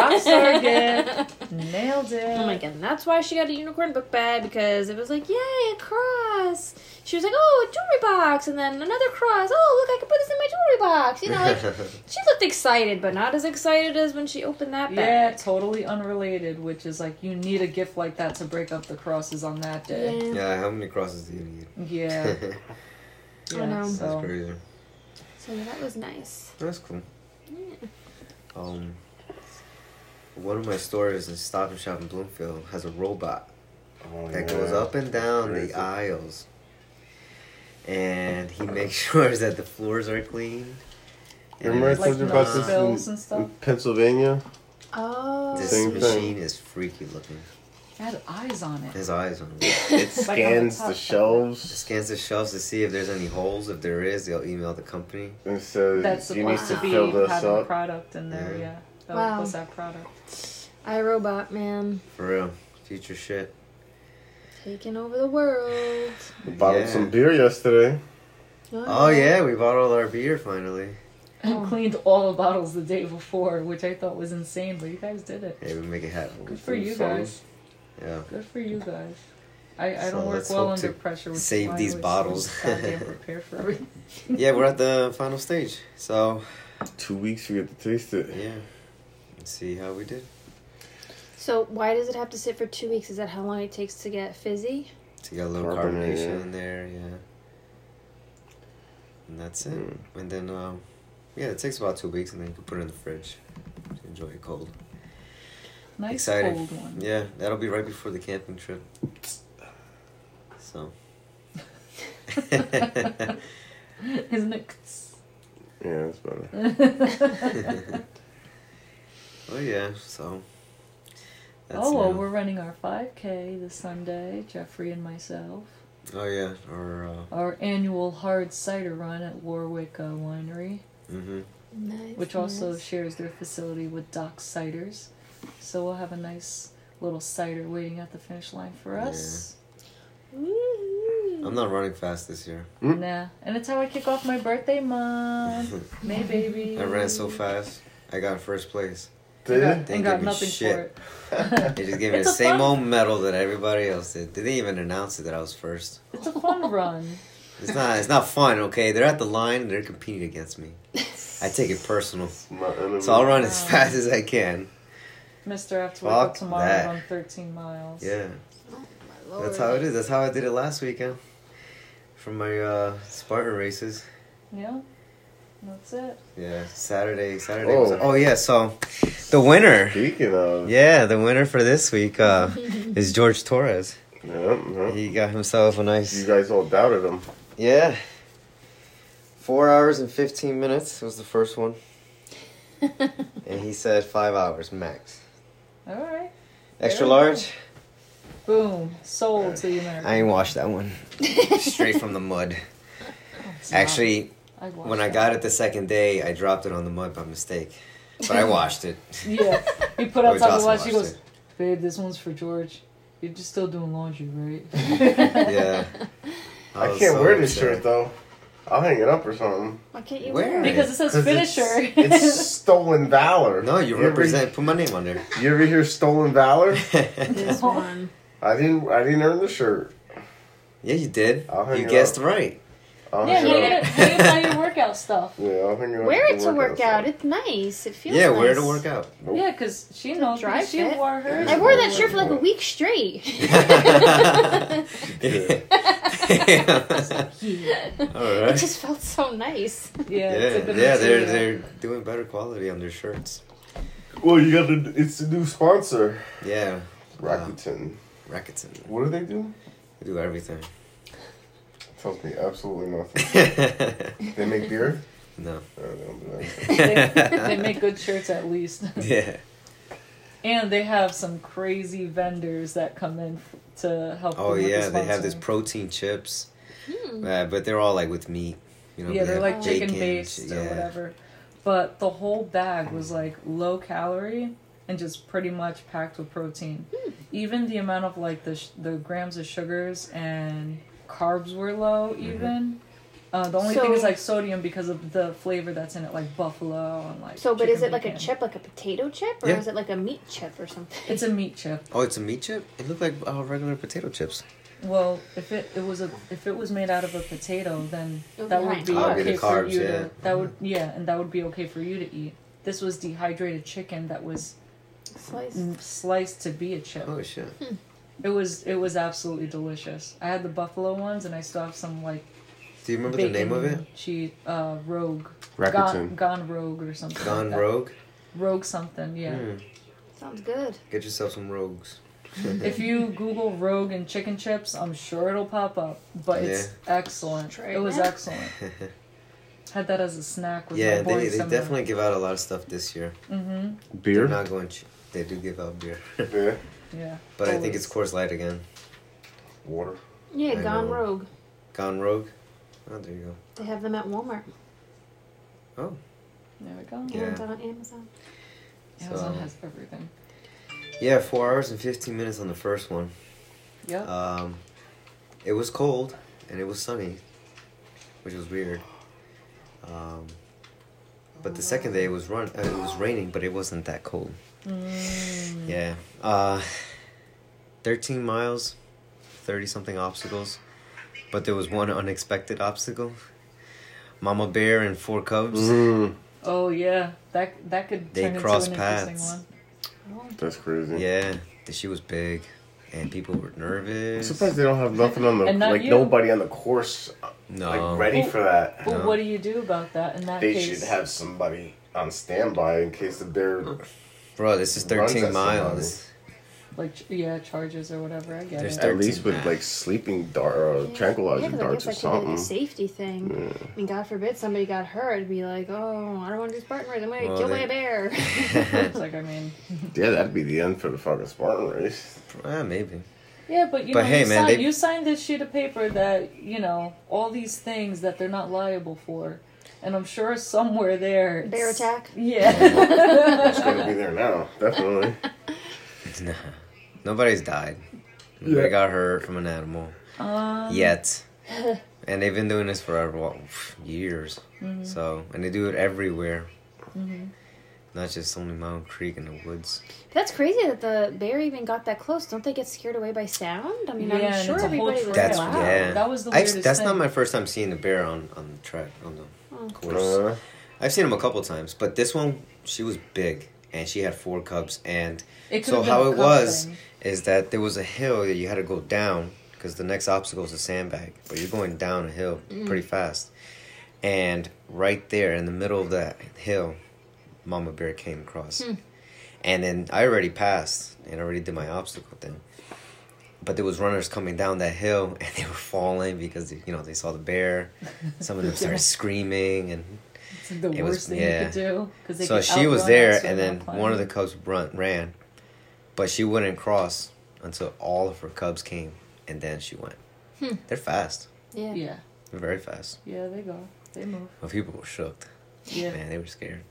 Speaker 3: rockstar gift, nailed it.
Speaker 2: oh my god and that's why she got a unicorn book bag because it was like yay a cross she was like oh a jewelry box and then another cross oh look i can put this in my jewelry box you know
Speaker 1: (laughs)
Speaker 2: like she looked excited but not as excited as when she opened that
Speaker 3: Yeah,
Speaker 2: bag
Speaker 3: totally unrelated, which is like you need a gift like that to break up the crosses on that day.
Speaker 2: yeah.
Speaker 1: yeah, how many crosses do you need?
Speaker 3: Yeah.
Speaker 1: (laughs) That's
Speaker 3: yeah.
Speaker 2: know. That's
Speaker 3: so-
Speaker 1: crazy.
Speaker 2: so yeah, that was nice
Speaker 1: That's cool. Um, one of my stores in Stop and Shop in Bloomfield has a robot
Speaker 4: oh,
Speaker 1: that goes up and down the
Speaker 4: Crazy.
Speaker 1: aisles, and he makes (laughs) sure that the floors are clean. and
Speaker 4: Remember I
Speaker 1: if
Speaker 4: told
Speaker 3: like
Speaker 1: it's
Speaker 4: you about
Speaker 1: not,
Speaker 4: this
Speaker 3: spills
Speaker 4: in-
Speaker 3: and stuff.
Speaker 4: in
Speaker 3: (laughs)
Speaker 4: Pennsylvania.
Speaker 2: oh
Speaker 1: This
Speaker 4: Same thing.
Speaker 1: machine is freaky looking.
Speaker 3: It had eyes on it.
Speaker 1: His eyes on it.
Speaker 4: It
Speaker 3: on the
Speaker 4: scans
Speaker 3: top.
Speaker 4: the shelves
Speaker 1: Scans the shelves to see if there's any holes. If there is, they'll email the company.
Speaker 4: and says
Speaker 3: That's
Speaker 4: you need
Speaker 3: supposed
Speaker 4: to
Speaker 3: to be
Speaker 4: fill
Speaker 3: having
Speaker 4: this
Speaker 3: a
Speaker 4: up.
Speaker 3: product in there,
Speaker 1: Yeah.
Speaker 3: yeah. That
Speaker 2: Wow.
Speaker 3: was that product.
Speaker 2: i robot man
Speaker 1: For real, future shit.
Speaker 2: taking over the world
Speaker 4: We bottled
Speaker 1: Yeah.
Speaker 4: some beer yesterday.
Speaker 1: Oh yeah, we bought all our beer finally.
Speaker 3: And cleaned all the bottles the day before, which I thought was insane, but you guys did it.
Speaker 1: Hey, we make it happen.
Speaker 3: Good for you
Speaker 4: Some-
Speaker 3: guys.
Speaker 1: Yeah.
Speaker 3: Good for you guys. I, I
Speaker 1: So
Speaker 3: don't work
Speaker 1: let's
Speaker 3: well
Speaker 1: hope
Speaker 3: under
Speaker 1: to
Speaker 3: pressure. Which is
Speaker 1: save
Speaker 3: why I
Speaker 1: these
Speaker 3: always
Speaker 1: bottles. (laughs)
Speaker 3: goddamn prepare for everything.
Speaker 1: yeah, we're at the final stage. So
Speaker 4: Two weeks we get to taste it.
Speaker 1: yeah, let's see how we did.
Speaker 2: So why does it have to sit for two weeks? Is that how long it takes to get fizzy?
Speaker 1: So you got a little
Speaker 4: Carbonate,
Speaker 1: carbonation
Speaker 4: yeah.
Speaker 1: in there, yeah. And that's it.
Speaker 4: Mm.
Speaker 1: And then, um, yeah, it takes about two weeks, and then you can put it in the fridge to enjoy it cold.
Speaker 3: Nice
Speaker 1: Excited.
Speaker 3: cold one.
Speaker 1: Yeah, that'll be right before the camping trip. So.
Speaker 3: (laughs) Isn't it?
Speaker 4: Yeah, that's better.
Speaker 3: Mm.
Speaker 1: oh yeah, so.
Speaker 3: oh well,
Speaker 1: now.
Speaker 3: we're running our 5K this Sunday, Jeffrey and myself.
Speaker 1: Oh yeah, or uh,
Speaker 3: Our annual hard cider run at Warwick uh, Winery,
Speaker 1: mm-hmm.
Speaker 3: Hmm.
Speaker 2: Nice.
Speaker 3: which also
Speaker 2: nice.
Speaker 3: shares their facility with Doc Ciders. So we'll have a nice little cider waiting at the finish line for us.
Speaker 2: Woo-hoo.
Speaker 1: I'm not running fast this year.
Speaker 4: Mm.
Speaker 3: Nah, and it's how I kick off my birthday month.
Speaker 1: I (laughs)
Speaker 3: May baby.
Speaker 1: ran so fast. I got first place.
Speaker 3: And got,
Speaker 4: Did
Speaker 1: They give
Speaker 3: and got
Speaker 1: me
Speaker 3: nothing
Speaker 1: shit.
Speaker 3: for it. it's
Speaker 1: They just gave me
Speaker 3: It's
Speaker 1: the
Speaker 3: a
Speaker 1: same
Speaker 3: fun-
Speaker 1: old medal that everybody else did. They didn't even announce it that I was first.
Speaker 3: a
Speaker 1: (laughs)
Speaker 3: fun run.
Speaker 1: It's not. It's not fun. Okay, they're at the line. They're competing against me. I take it personal.
Speaker 4: My enemy.
Speaker 1: So I'll run as
Speaker 3: Wow.
Speaker 1: fast as I can.
Speaker 3: Mister, I have to wake up
Speaker 1: Fuck
Speaker 3: tomorrow
Speaker 1: that.
Speaker 3: on 13 miles.
Speaker 1: Yeah,
Speaker 2: Oh My lord.
Speaker 1: that's how it is. That's how I did it last weekend. From my uh, Spartan races.
Speaker 3: Yeah. That's it.
Speaker 1: Yeah, Saturday. Saturday.
Speaker 4: Oh.
Speaker 1: was- Oh. yeah. So, the winner.
Speaker 4: Speaking of.
Speaker 1: Yeah, the winner for this week uh, is George Torres.
Speaker 4: Yeah, huh?
Speaker 1: He got himself a
Speaker 4: You
Speaker 1: nice.
Speaker 4: guys all doubted him.
Speaker 1: Yeah. Four hours and fifteen minutes was the first one, and he said five hours max.
Speaker 3: All right.
Speaker 1: Extra large.
Speaker 3: Boom. Sold to the American.
Speaker 1: I ain't washed that one. Straight from the mud.
Speaker 3: It's not-
Speaker 1: Actually,
Speaker 3: I watched
Speaker 1: when I
Speaker 3: that.
Speaker 1: got it the second day, I dropped it on the mud by mistake, but I washed it.
Speaker 3: (laughs) Yeah. He put
Speaker 1: Oh,
Speaker 3: outside the
Speaker 1: Jocelyn
Speaker 3: watch.
Speaker 1: watched
Speaker 3: He goes,
Speaker 1: it.
Speaker 3: "Babe, this one's for George. You're just still doing laundry, right?"
Speaker 1: (laughs) Yeah.
Speaker 4: I,
Speaker 1: was
Speaker 4: can't
Speaker 1: so
Speaker 4: wear this
Speaker 1: upset.
Speaker 4: shirt though. I'll hang it up or something.
Speaker 2: Why can't you
Speaker 1: Where?
Speaker 2: wear it?
Speaker 3: because it says
Speaker 4: 'Cause it's-
Speaker 3: finisher.
Speaker 4: It's, stolen valor.
Speaker 1: No, you
Speaker 4: ever-
Speaker 1: represent. Put my name on there. (laughs)
Speaker 4: you ever hear stolen valor?
Speaker 2: This one.
Speaker 4: I didn't. I didn't earn the shirt.
Speaker 1: Yeah, you did.
Speaker 4: I'll hang
Speaker 1: You
Speaker 4: it
Speaker 1: guessed right.
Speaker 4: I'll
Speaker 3: (laughs) yeah,
Speaker 4: hang
Speaker 3: hang
Speaker 4: it
Speaker 3: it,
Speaker 4: up.
Speaker 3: hang it by your workout stuff.
Speaker 4: Yeah, I'll hang it
Speaker 2: (laughs)
Speaker 4: up.
Speaker 2: Wear
Speaker 4: at
Speaker 2: it
Speaker 4: the
Speaker 2: to work out.
Speaker 4: site.
Speaker 2: It's nice. It feels
Speaker 1: yeah,
Speaker 2: nice.
Speaker 1: where to work out.
Speaker 4: Nope.
Speaker 3: Yeah, because she knows.
Speaker 2: Dry
Speaker 3: Because she
Speaker 2: fit.
Speaker 3: wore hers.
Speaker 2: I wore that shirt
Speaker 3: (laughs)
Speaker 2: for like a
Speaker 1: (laughs)
Speaker 2: week straight. (laughs)
Speaker 1: All
Speaker 2: It
Speaker 1: right.
Speaker 2: just felt so nice.
Speaker 3: Yeah,
Speaker 1: Yeah,
Speaker 3: it's
Speaker 1: yeah,
Speaker 3: a good
Speaker 1: they're
Speaker 3: material.
Speaker 1: they're doing better quality on their shirts.
Speaker 4: Well, you got to. It's the new sponsor,
Speaker 1: Yeah,
Speaker 4: Rakuten.
Speaker 1: Rakuten.
Speaker 4: What do they do?
Speaker 1: They do everything. (laughs)
Speaker 4: Tells me absolutely nothing. (laughs) they make beer.
Speaker 1: no.
Speaker 4: (laughs) No, they don't do that.
Speaker 3: They,
Speaker 1: (laughs)
Speaker 3: they make good shirts at least.
Speaker 1: Yeah.
Speaker 3: And they have some crazy vendors that come in f- to help.
Speaker 1: Oh
Speaker 3: them with
Speaker 1: yeah,
Speaker 3: the
Speaker 1: they have this
Speaker 3: sponsoring.
Speaker 1: protein chips, uh, but they're all like with meat. You know,
Speaker 3: Hmm. yeah,
Speaker 1: they
Speaker 3: they're
Speaker 1: have
Speaker 3: like chicken
Speaker 1: bacon,
Speaker 3: based or
Speaker 1: yeah.
Speaker 3: whatever. But the whole bag was like low calorie and just pretty much packed with protein.
Speaker 2: Hmm.
Speaker 3: Even the amount of like the sh- the grams of sugars and carbs were low.
Speaker 1: Mm-hmm.
Speaker 3: Even uh, the only thing is
Speaker 2: So-
Speaker 3: like sodium because of the flavor that's in it, like buffalo and like.
Speaker 2: So, but is
Speaker 3: chicken
Speaker 2: it like a
Speaker 3: pecan.
Speaker 2: chip, like a potato chip, or
Speaker 1: Yeah.
Speaker 2: is it like a meat chip or something?
Speaker 3: It's a meat chip.
Speaker 1: Oh, it's a meat chip. It looked like uh, regular potato chips.
Speaker 3: Well, if it, it was a if it was made out of a potato, then
Speaker 2: It would
Speaker 3: that
Speaker 2: be high
Speaker 3: would be
Speaker 2: in
Speaker 1: carbs. Oh,
Speaker 3: okay
Speaker 1: it'd be the
Speaker 3: for
Speaker 1: carbs,
Speaker 3: you
Speaker 1: yeah. Mm-hmm.
Speaker 3: to that would yeah, and that would be okay for you to eat. This was dehydrated chicken that was
Speaker 2: Slice.
Speaker 3: sliced to be a chip.
Speaker 1: Oh shit.
Speaker 3: Hmm. It was it was absolutely delicious. I had the buffalo ones, and I still have some like
Speaker 1: Do you remember
Speaker 3: bacon
Speaker 1: the name of it?
Speaker 3: She uh, rogue gone,
Speaker 4: Rakuten.
Speaker 3: gone rogue or something. like
Speaker 1: Gone
Speaker 3: that.
Speaker 1: Rogue.
Speaker 3: Rogue something. Yeah.
Speaker 1: Hmm.
Speaker 2: Sounds good.
Speaker 1: Get yourself some rogues.
Speaker 3: If you Google rogue and chicken chips, I'm sure it'll pop up. But it's excellent.
Speaker 2: Try
Speaker 3: it
Speaker 2: it
Speaker 3: was
Speaker 2: now.
Speaker 1: (laughs)
Speaker 3: excellent. Had that as a snack with
Speaker 1: yeah,
Speaker 3: my boy.
Speaker 1: they, they definitely give out a lot of stuff this year.
Speaker 3: Mm-hmm.
Speaker 1: They're
Speaker 4: Beer.
Speaker 1: not going. Ch- they do give out beer,
Speaker 4: Yeah.
Speaker 3: Yeah.
Speaker 1: but I think
Speaker 3: Always.
Speaker 1: it's Coors Light again.
Speaker 4: Water.
Speaker 2: Yeah,
Speaker 1: I
Speaker 2: Gone
Speaker 1: know.
Speaker 2: Rogue.
Speaker 1: Gone Rogue. Oh, there you
Speaker 2: They have them at Walmart.
Speaker 1: go. Oh,
Speaker 3: There we go.
Speaker 1: Yeah.
Speaker 2: And on Amazon.
Speaker 3: Amazon
Speaker 1: So-
Speaker 3: has everything.
Speaker 1: yeah, four hours and fifteen minutes on the first one.
Speaker 3: Yep.
Speaker 1: Um, it was cold and it was sunny, which was weird. Um, but the second day it was run. Uh, it was raining, but it wasn't that cold.
Speaker 3: Mm.
Speaker 1: Yeah. Uh, 13 miles, 30 something obstacles, but there was one unexpected obstacle. Mama bear and four cubs.
Speaker 4: Mm.
Speaker 3: Oh yeah, that that could
Speaker 1: They
Speaker 3: turn
Speaker 1: cross
Speaker 3: into an
Speaker 1: paths.
Speaker 3: interesting
Speaker 4: That's crazy.
Speaker 1: Yeah, the shit was big, and people were
Speaker 4: I'm
Speaker 1: nervous.
Speaker 4: surprised they don't have nothing on the
Speaker 3: And not
Speaker 4: like
Speaker 3: you.
Speaker 4: nobody on the course uh,
Speaker 1: No,
Speaker 4: like ready
Speaker 3: Oh.
Speaker 4: for that.
Speaker 3: Well,
Speaker 1: No.
Speaker 3: what do you do about that in that
Speaker 4: They
Speaker 3: case?
Speaker 4: should have somebody on standby in case that they're
Speaker 1: bro, this is
Speaker 4: Runs at
Speaker 1: 13
Speaker 4: somebody.
Speaker 1: miles.
Speaker 3: like ch- yeah, charges or whatever. I get
Speaker 1: There's
Speaker 3: it.
Speaker 1: thir-
Speaker 4: at least with like sleeping dart or tranquilizer
Speaker 2: yeah, 'cause
Speaker 4: darts
Speaker 2: I
Speaker 4: or
Speaker 2: guess I could do the
Speaker 4: something.
Speaker 2: safety thing. I mean, God forbid somebody got hurt. I'd be like, oh, I don't want to do Spartan race. I'm going to
Speaker 1: Well,
Speaker 2: kill
Speaker 1: they-
Speaker 2: my bear. (laughs)
Speaker 3: it's like I mean,
Speaker 4: Yeah, that'd be the end for the fucking Spartan
Speaker 2: (laughs)
Speaker 4: race.
Speaker 1: Ah, maybe. (laughs)
Speaker 3: yeah, but you
Speaker 1: But
Speaker 3: know,
Speaker 1: hey,
Speaker 3: you,
Speaker 1: man,
Speaker 3: signed,
Speaker 1: they-
Speaker 3: you signed this sheet of paper that you know all these things that they're not liable for, and I'm sure (laughs) somewhere there it's-
Speaker 2: bear attack.
Speaker 4: It's
Speaker 3: Yeah.
Speaker 4: gonna be there now,
Speaker 1: (laughs)
Speaker 4: definitely.
Speaker 1: Nah, nobody's died. Nobody
Speaker 4: Yeah.
Speaker 1: got hurt from an animal
Speaker 3: (laughs) um,
Speaker 1: yet, and they've been doing this for a wa- years.
Speaker 3: Mm-hmm.
Speaker 1: So, and they do it everywhere, not just only Mountain Creek in the woods.
Speaker 2: That's crazy that the bear even got that close. Don't they get scared away by sound? I mean,
Speaker 3: Yeah,
Speaker 2: I'm
Speaker 3: and
Speaker 2: sure
Speaker 3: it's a whole
Speaker 2: everybody was
Speaker 1: That's
Speaker 2: like,
Speaker 3: Wow,
Speaker 2: wow.
Speaker 1: yeah.
Speaker 3: that was the
Speaker 1: I've-
Speaker 3: weirdest
Speaker 1: That's not
Speaker 3: thing. Oh.
Speaker 1: my first time seeing a bear on on the track on the course.
Speaker 4: Uh,
Speaker 1: I've seen them a couple times, but this one she was big and she had four cubs and
Speaker 3: It could've
Speaker 1: so
Speaker 3: been
Speaker 1: how
Speaker 3: a
Speaker 1: it
Speaker 3: cub
Speaker 1: was
Speaker 3: thing.
Speaker 1: is that there was a hill that you had to go down because the next obstacle is a sandbag, but you're going down a hill
Speaker 3: Mm.
Speaker 1: pretty fast. And right there in the middle of that hill, Mama Bear came across.
Speaker 3: Hmm.
Speaker 1: And then I already passed and already did my obstacle thing. But there was runners coming down that hill (laughs) and they were falling because you know they saw the bear. Some of them
Speaker 3: (laughs)
Speaker 1: started screaming and
Speaker 3: It's the
Speaker 1: It
Speaker 3: worst
Speaker 1: was-
Speaker 3: thing
Speaker 1: yeah.
Speaker 3: you could do because
Speaker 1: so she was there, and then one of the cubs run, ran, but she wouldn't cross until all of her cubs came, and then she went.
Speaker 3: Hmm.
Speaker 1: They're fast.
Speaker 2: Yeah.
Speaker 3: yeah,
Speaker 1: They're very fast.
Speaker 3: yeah, they go, they move.
Speaker 1: Well, people were shook.
Speaker 3: Yeah,
Speaker 1: Man, they were scared.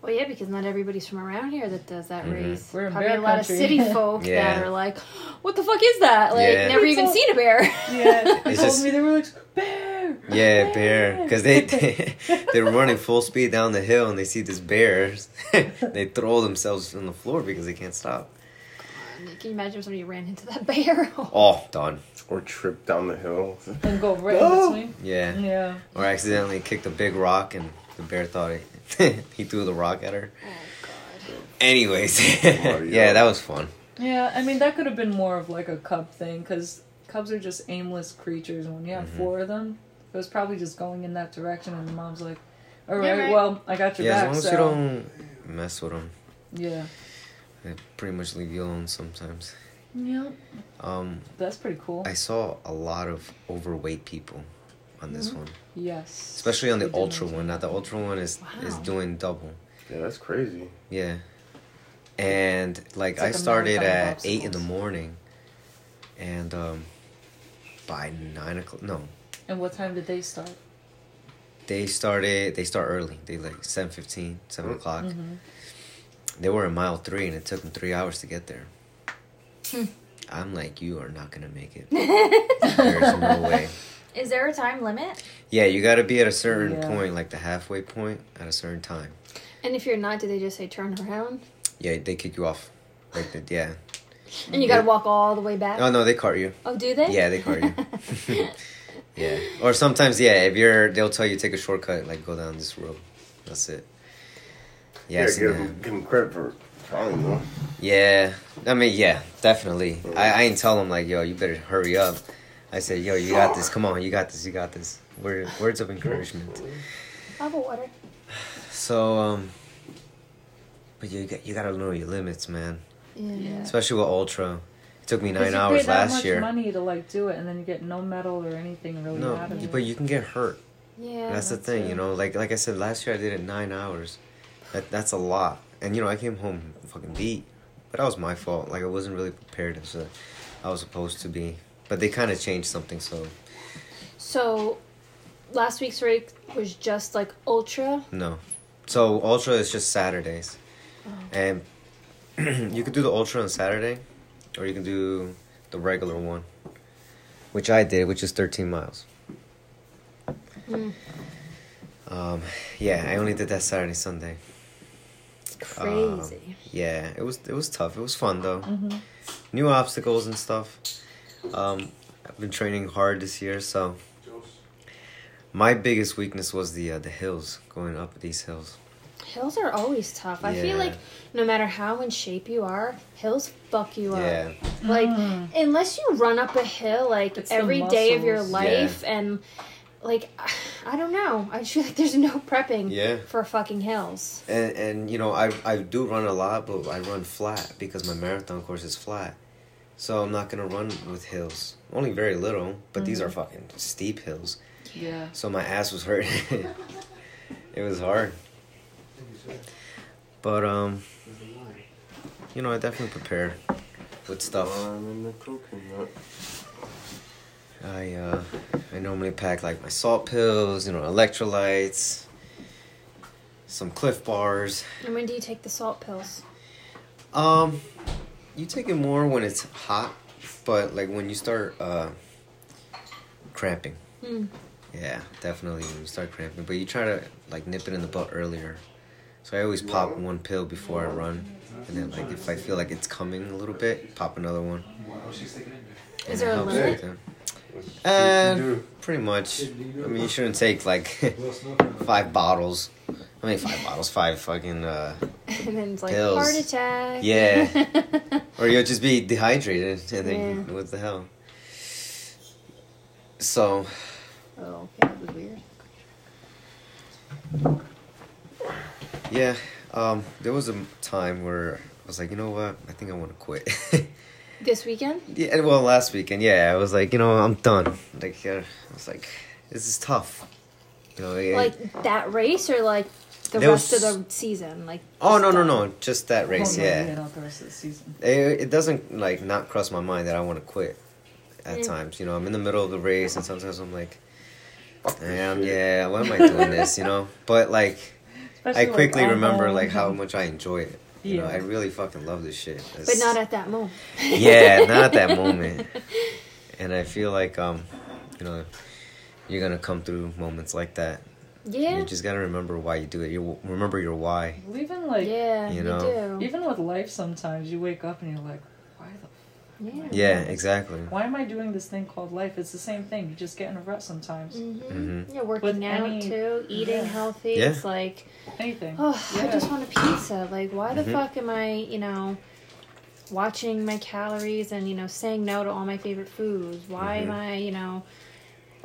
Speaker 2: Well, yeah, because not everybody's from around here that does that race.
Speaker 3: Mm-hmm. We're in
Speaker 2: Probably
Speaker 3: bear
Speaker 2: a lot
Speaker 3: country.
Speaker 2: of city
Speaker 3: (laughs)
Speaker 2: folk
Speaker 1: Yeah.
Speaker 2: that are like, what the fuck is that? Like,
Speaker 1: Yeah.
Speaker 2: never
Speaker 3: It's
Speaker 2: even
Speaker 3: all-
Speaker 2: seen a bear.
Speaker 1: (laughs)
Speaker 2: (laughs)
Speaker 3: yeah. They
Speaker 1: It's
Speaker 3: told
Speaker 1: just-
Speaker 3: me they were like bear. (laughs)
Speaker 1: Yeah, bear. Because they, they (laughs) they're running full speed down the hill, and they see this bear. (laughs) they throw themselves on the floor because they can't stop.
Speaker 2: Can you imagine if somebody ran into that bear? (laughs)
Speaker 1: Oh, done.
Speaker 4: or trip down the hill.
Speaker 3: and go right
Speaker 1: (laughs)
Speaker 4: Oh.
Speaker 3: in
Speaker 1: Yeah.
Speaker 3: between. Yeah.
Speaker 1: Or accidentally kicked a big rock, and the bear thought it, he (laughs) threw the rock at her.
Speaker 2: oh, God.
Speaker 1: Anyways, (laughs)
Speaker 4: Mario.
Speaker 1: yeah, that was fun.
Speaker 3: Yeah, I mean that could have been more of like a cub thing because cubs are just aimless creatures. And when you have
Speaker 1: Mm-hmm.
Speaker 3: four of them, it was probably just going in that direction, and the mom's like, "All right,
Speaker 2: Yeah, right.
Speaker 3: well, I got your
Speaker 1: Yeah, as long
Speaker 3: back."
Speaker 1: as
Speaker 3: so
Speaker 1: you don't mess with them,
Speaker 3: yeah,
Speaker 1: they pretty much leave you alone sometimes.
Speaker 3: yeah,
Speaker 1: Um,
Speaker 3: that's pretty cool.
Speaker 1: I saw a lot of overweight people on this one,
Speaker 3: yes,
Speaker 1: especially on
Speaker 3: We
Speaker 1: the
Speaker 3: did
Speaker 1: ultra
Speaker 3: Mm-hmm. mention
Speaker 1: one. Now the ultra one is is
Speaker 2: Wow.
Speaker 1: doing double.
Speaker 4: Yeah, that's crazy.
Speaker 1: Yeah, and like
Speaker 3: It's
Speaker 1: I
Speaker 3: like a
Speaker 1: started
Speaker 3: marathon of
Speaker 1: at eight in the
Speaker 3: obstacles.
Speaker 1: morning, and um, by nine o'clock, no,
Speaker 3: that. And what time did they start?
Speaker 1: they started they start early they like 7 7
Speaker 4: Mm.
Speaker 1: o'clock they were in mile three and it took them three hours to get there i'm like you are not gonna make it there's no way
Speaker 2: (laughs) Is there a time limit?
Speaker 1: yeah you gotta be at a certain
Speaker 3: Yeah.
Speaker 1: point like the halfway point at a certain time
Speaker 2: And if you're not, do they just say turn around?
Speaker 1: yeah they kick you off like the, yeah
Speaker 2: And you got to walk all the way back?
Speaker 1: oh no they cart you (laughs)
Speaker 2: oh, do they?
Speaker 1: yeah they cart
Speaker 2: (laughs)
Speaker 1: you yeah or sometimes yeah if you're they'll tell you take a shortcut like go down this road that's it yeah,
Speaker 4: Yeah,
Speaker 1: I've seen
Speaker 4: give
Speaker 1: that.
Speaker 4: him, give him credit for trying though.
Speaker 1: Yeah, I mean, yeah, definitely. I, I ain't tell him like, yo, you better hurry up. I said, yo, you got this. Come on, you got this. You got this. Word, words of encouragement.
Speaker 2: I'll have a water.
Speaker 1: So, um, but you got you gotta know your limits, man.
Speaker 2: Yeah.
Speaker 1: Especially with ultra. It took me
Speaker 3: 'Cause
Speaker 1: nine
Speaker 3: you
Speaker 1: hours
Speaker 3: pay that
Speaker 1: last
Speaker 3: much
Speaker 1: year.
Speaker 3: Money to like do it, and then you get no medal or anything really
Speaker 1: No,
Speaker 3: out of it.
Speaker 1: but you can get hurt.
Speaker 2: Yeah.
Speaker 1: that's the
Speaker 3: that's
Speaker 1: thing,
Speaker 3: it.
Speaker 1: you know. Like like I said last year, I did it nine hours. That that's a lot. And you know, I came home fucking beat, but that was my fault. Like I wasn't really prepared as uh, I was supposed to be. But they kind of changed something, so
Speaker 2: So, last week's rate was just like ultra.
Speaker 1: no. So ultra is just Saturdays, and (clears throat) you could do the ultra on Saturday, or you can do the regular one, which I did, which is thirteen miles. Um, yeah, I only did that Saturday, Sunday. Um,
Speaker 2: Crazy.
Speaker 1: yeah, it was it was tough. It was fun though. New obstacles and stuff. Um, I've been training hard this year, so my biggest weakness was the uh, the hills, going up these hills.
Speaker 2: hills are always tough. I feel
Speaker 1: Yeah.
Speaker 2: like no matter how in shape you are, hills fuck you
Speaker 1: Yeah.
Speaker 2: up. Like unless you run up a hill like
Speaker 3: Mm-hmm. It's the
Speaker 2: every day of your
Speaker 3: muscles.
Speaker 2: life and like (sighs) I don't know. I just feel like there's no prepping
Speaker 1: Yeah.
Speaker 2: for fucking hills.
Speaker 1: And and you know, I I do run a lot, but I run flat because my marathon course is flat. So I'm not gonna run with hills. Only very little, but these are fucking steep hills.
Speaker 3: Yeah.
Speaker 1: So my ass was hurting. (laughs) it was hard. But um you know, I definitely prepare with stuff.
Speaker 4: I'm in the coconut.
Speaker 1: I uh I normally pack like my salt pills, you know, electrolytes, some cliff bars.
Speaker 2: And when do you take the salt pills?
Speaker 1: Um, you take it more when it's hot, but like when you start uh cramping.
Speaker 3: Mm-hmm.
Speaker 2: Mm.
Speaker 1: Yeah, definitely when you start cramping. But you try to like nip it in the butt earlier. So I always pop one pill before I run, and then like if I feel like it's coming a little bit, pop another one.
Speaker 2: Is
Speaker 1: And it
Speaker 2: there a
Speaker 1: helps
Speaker 2: limit?
Speaker 1: with
Speaker 4: What
Speaker 1: it. Uh, pretty much. I mean, you shouldn't take like (laughs) five bottles. I mean, five bottles, five fucking. uh
Speaker 2: (laughs) and then it's like
Speaker 1: Pills.
Speaker 2: heart attack. (laughs)
Speaker 1: Yeah. Or you'll just be dehydrated and then
Speaker 2: Yeah.
Speaker 1: what the hell? So
Speaker 2: oh, okay, that was weird.
Speaker 1: yeah, um, there was a time where I was like, you know what? I think I want to quit. (laughs)
Speaker 2: This weekend?
Speaker 1: yeah, and, well, last weekend, yeah, I was like, you know, I'm done. Like, yeah, I was like, this is tough. You know, yeah.
Speaker 2: Like that race or like the
Speaker 1: There
Speaker 2: rest
Speaker 1: was-
Speaker 2: of the season? Like
Speaker 1: oh no, no, no, just that race.
Speaker 3: Oh, no,
Speaker 1: yeah,
Speaker 3: Not the rest of the season.
Speaker 1: it, it doesn't like not cross my mind that I want to quit. At
Speaker 2: Mm.
Speaker 1: times, you know, I'm in the middle of the race, and sometimes I'm like, damn, yeah, why am I doing this? You know, but like. I
Speaker 3: Especially, like,
Speaker 1: quickly
Speaker 3: I'm
Speaker 1: remember
Speaker 3: home.
Speaker 1: like how much I enjoy it. You know,
Speaker 3: Yeah.
Speaker 1: I really fucking love this shit.
Speaker 2: But
Speaker 1: It's-
Speaker 2: not at that moment. (laughs)
Speaker 1: yeah, not at that moment. And I feel like um, you know, you're gonna come through moments like that.
Speaker 2: Yeah.
Speaker 1: You just gotta remember why you do it. You remember your why.
Speaker 3: Well, Even like
Speaker 2: yeah,
Speaker 1: you
Speaker 2: you,
Speaker 1: know.
Speaker 2: do.
Speaker 3: even with life, sometimes you wake up and you're like, why the
Speaker 2: Yeah.
Speaker 1: Yeah, exactly.
Speaker 3: why am I doing this thing called life? It's the same thing. You just get in a rut sometimes.
Speaker 2: hmm
Speaker 1: Mhm.
Speaker 2: Yeah, working
Speaker 3: With
Speaker 2: out
Speaker 3: any-
Speaker 2: too, eating
Speaker 3: Yeah.
Speaker 2: healthy.
Speaker 1: Yeah.
Speaker 2: It's like,
Speaker 3: Anything.
Speaker 2: oh, I
Speaker 3: Yeah.
Speaker 2: just want a pizza. Like, why the
Speaker 1: Mhm.
Speaker 2: fuck am I, you know, watching my calories and, you know, saying no to all my favorite foods? Why am
Speaker 1: Mhm.
Speaker 2: I, you know,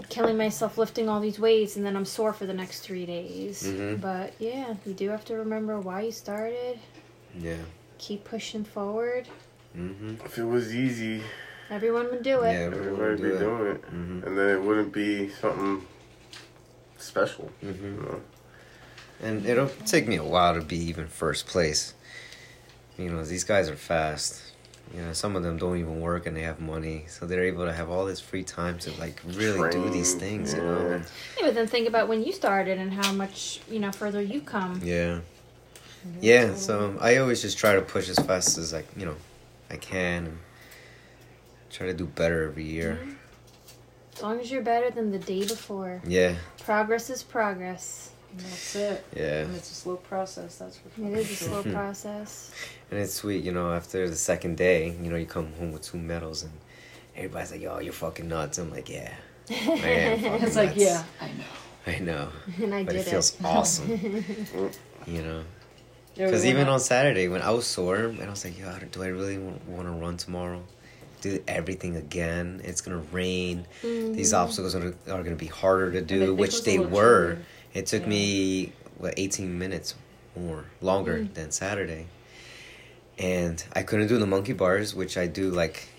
Speaker 2: killing myself lifting all these weights and then I'm sore for the next three days?
Speaker 1: Mhm.
Speaker 2: But yeah, you do have to remember why you started,
Speaker 1: Yeah.
Speaker 2: keep pushing forward.
Speaker 1: Mm-hmm.
Speaker 4: If it was easy,
Speaker 2: Everyone would do it.
Speaker 1: Yeah,
Speaker 4: everybody would be doing it.
Speaker 1: hmm
Speaker 4: And then it wouldn't be something special. You
Speaker 1: hmm
Speaker 4: know?
Speaker 1: And it'll take me a while to be even first place. You know, these guys are fast. You know, some of them don't even work and they have money, so they're able to have all this free time to like really do
Speaker 4: Train,
Speaker 1: these things. You
Speaker 4: yeah.
Speaker 1: know.
Speaker 2: Yeah, but then think about when you started and how much you know further you've come.
Speaker 1: Yeah. Yeah. So I always just try to push as fast as I, you know, I can. And try to do better every year.
Speaker 3: Mm-hmm.
Speaker 2: As long as you're better than the day before,
Speaker 1: Yeah.
Speaker 2: progress is progress.
Speaker 3: And that's it.
Speaker 1: Yeah.
Speaker 3: And it's a slow process. That's for
Speaker 2: It is a slow
Speaker 1: Mhm.
Speaker 2: process. (laughs)
Speaker 1: And it's sweet, you know, after the second day, you know, you come home with two medals and everybody's like, yo, you're fucking nuts. I'm like, yeah. I am fucking
Speaker 3: (laughs) It's like
Speaker 1: nuts.
Speaker 3: yeah, I know.
Speaker 1: I know.
Speaker 2: And I
Speaker 1: But
Speaker 2: did
Speaker 1: it feels
Speaker 3: (laughs)
Speaker 1: awesome. you know?
Speaker 3: There we
Speaker 1: Because
Speaker 3: went
Speaker 1: even
Speaker 3: up.
Speaker 1: on Saturday, when I was sore, and I was like, yo, do I really want to run tomorrow? Do everything again. It's going to rain. These obstacles are, are going to be harder to
Speaker 3: Mm-hmm. I
Speaker 1: do,
Speaker 3: think it
Speaker 1: which
Speaker 3: was a
Speaker 1: they
Speaker 3: little
Speaker 1: were.
Speaker 3: tricky.
Speaker 1: It took
Speaker 3: Yeah.
Speaker 1: me, what, 18 minutes more, longer
Speaker 3: Mm.
Speaker 1: than Saturday. And I couldn't do the monkey bars, which I do like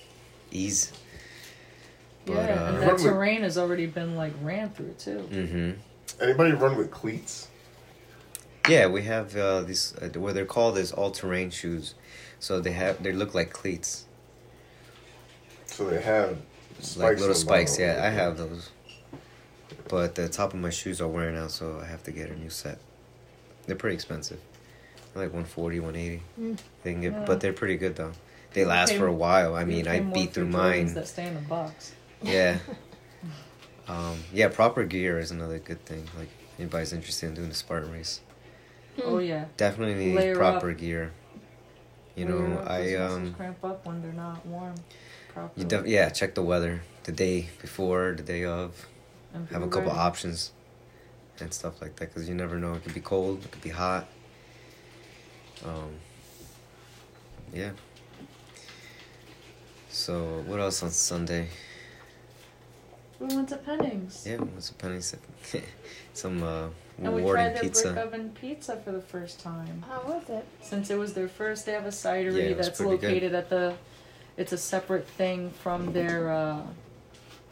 Speaker 1: ease. But,
Speaker 3: yeah,
Speaker 1: uh,
Speaker 3: and that terrain has already been like ran through too.
Speaker 1: hmm
Speaker 4: Anybody run with cleats?
Speaker 1: Yeah, we have uh, these uh, what they're called is all-terrain shoes, so they have they look like cleats,
Speaker 4: So they have
Speaker 1: It's
Speaker 4: spikes.
Speaker 1: like little
Speaker 4: on the
Speaker 1: spikes.
Speaker 4: bottom.
Speaker 1: Yeah, I have those, but the top of my shoes are wearing out, so I have to get a new set. They're pretty expensive, They're like 140, 180.
Speaker 2: Mm.
Speaker 1: They can get,
Speaker 3: Yeah.
Speaker 1: but they're pretty good though. They
Speaker 3: You
Speaker 1: last
Speaker 3: pay
Speaker 1: for a
Speaker 3: m-
Speaker 1: while. I
Speaker 3: You
Speaker 1: mean,
Speaker 3: pay
Speaker 1: I
Speaker 3: more
Speaker 1: beat
Speaker 3: for
Speaker 1: through
Speaker 3: Jordans
Speaker 1: mine.
Speaker 3: That stay in the box. (laughs)
Speaker 1: Yeah. um, yeah, proper gear is another good thing. Like anybody's interested in doing the Spartan race,
Speaker 2: Hmm.
Speaker 3: Oh yeah.
Speaker 1: definitely need
Speaker 3: Layer
Speaker 1: proper
Speaker 3: up.
Speaker 1: gear. You
Speaker 3: Where
Speaker 1: know,
Speaker 3: your
Speaker 1: I
Speaker 3: muscles
Speaker 1: um.
Speaker 3: cramp up when they're not warm. Properly.
Speaker 1: You def- yeah, check the weather the day before, the day of.
Speaker 3: And be
Speaker 1: Have a couple
Speaker 3: ready.
Speaker 1: options and stuff like that because you never know. It could be cold, it could be hot. Um, yeah. So what else on Sunday?
Speaker 3: We went to Penning's.
Speaker 1: Yeah, what's a penny? (laughs) Some uh,
Speaker 3: And we tried
Speaker 1: rewarding
Speaker 3: their brick
Speaker 1: pizza.
Speaker 3: oven pizza for the first time.
Speaker 2: How was it?
Speaker 3: Since it was their first, they have a
Speaker 1: Yeah,
Speaker 3: cidery
Speaker 1: it was
Speaker 3: that's
Speaker 1: pretty good.
Speaker 3: located at the. It's a separate thing from their uh,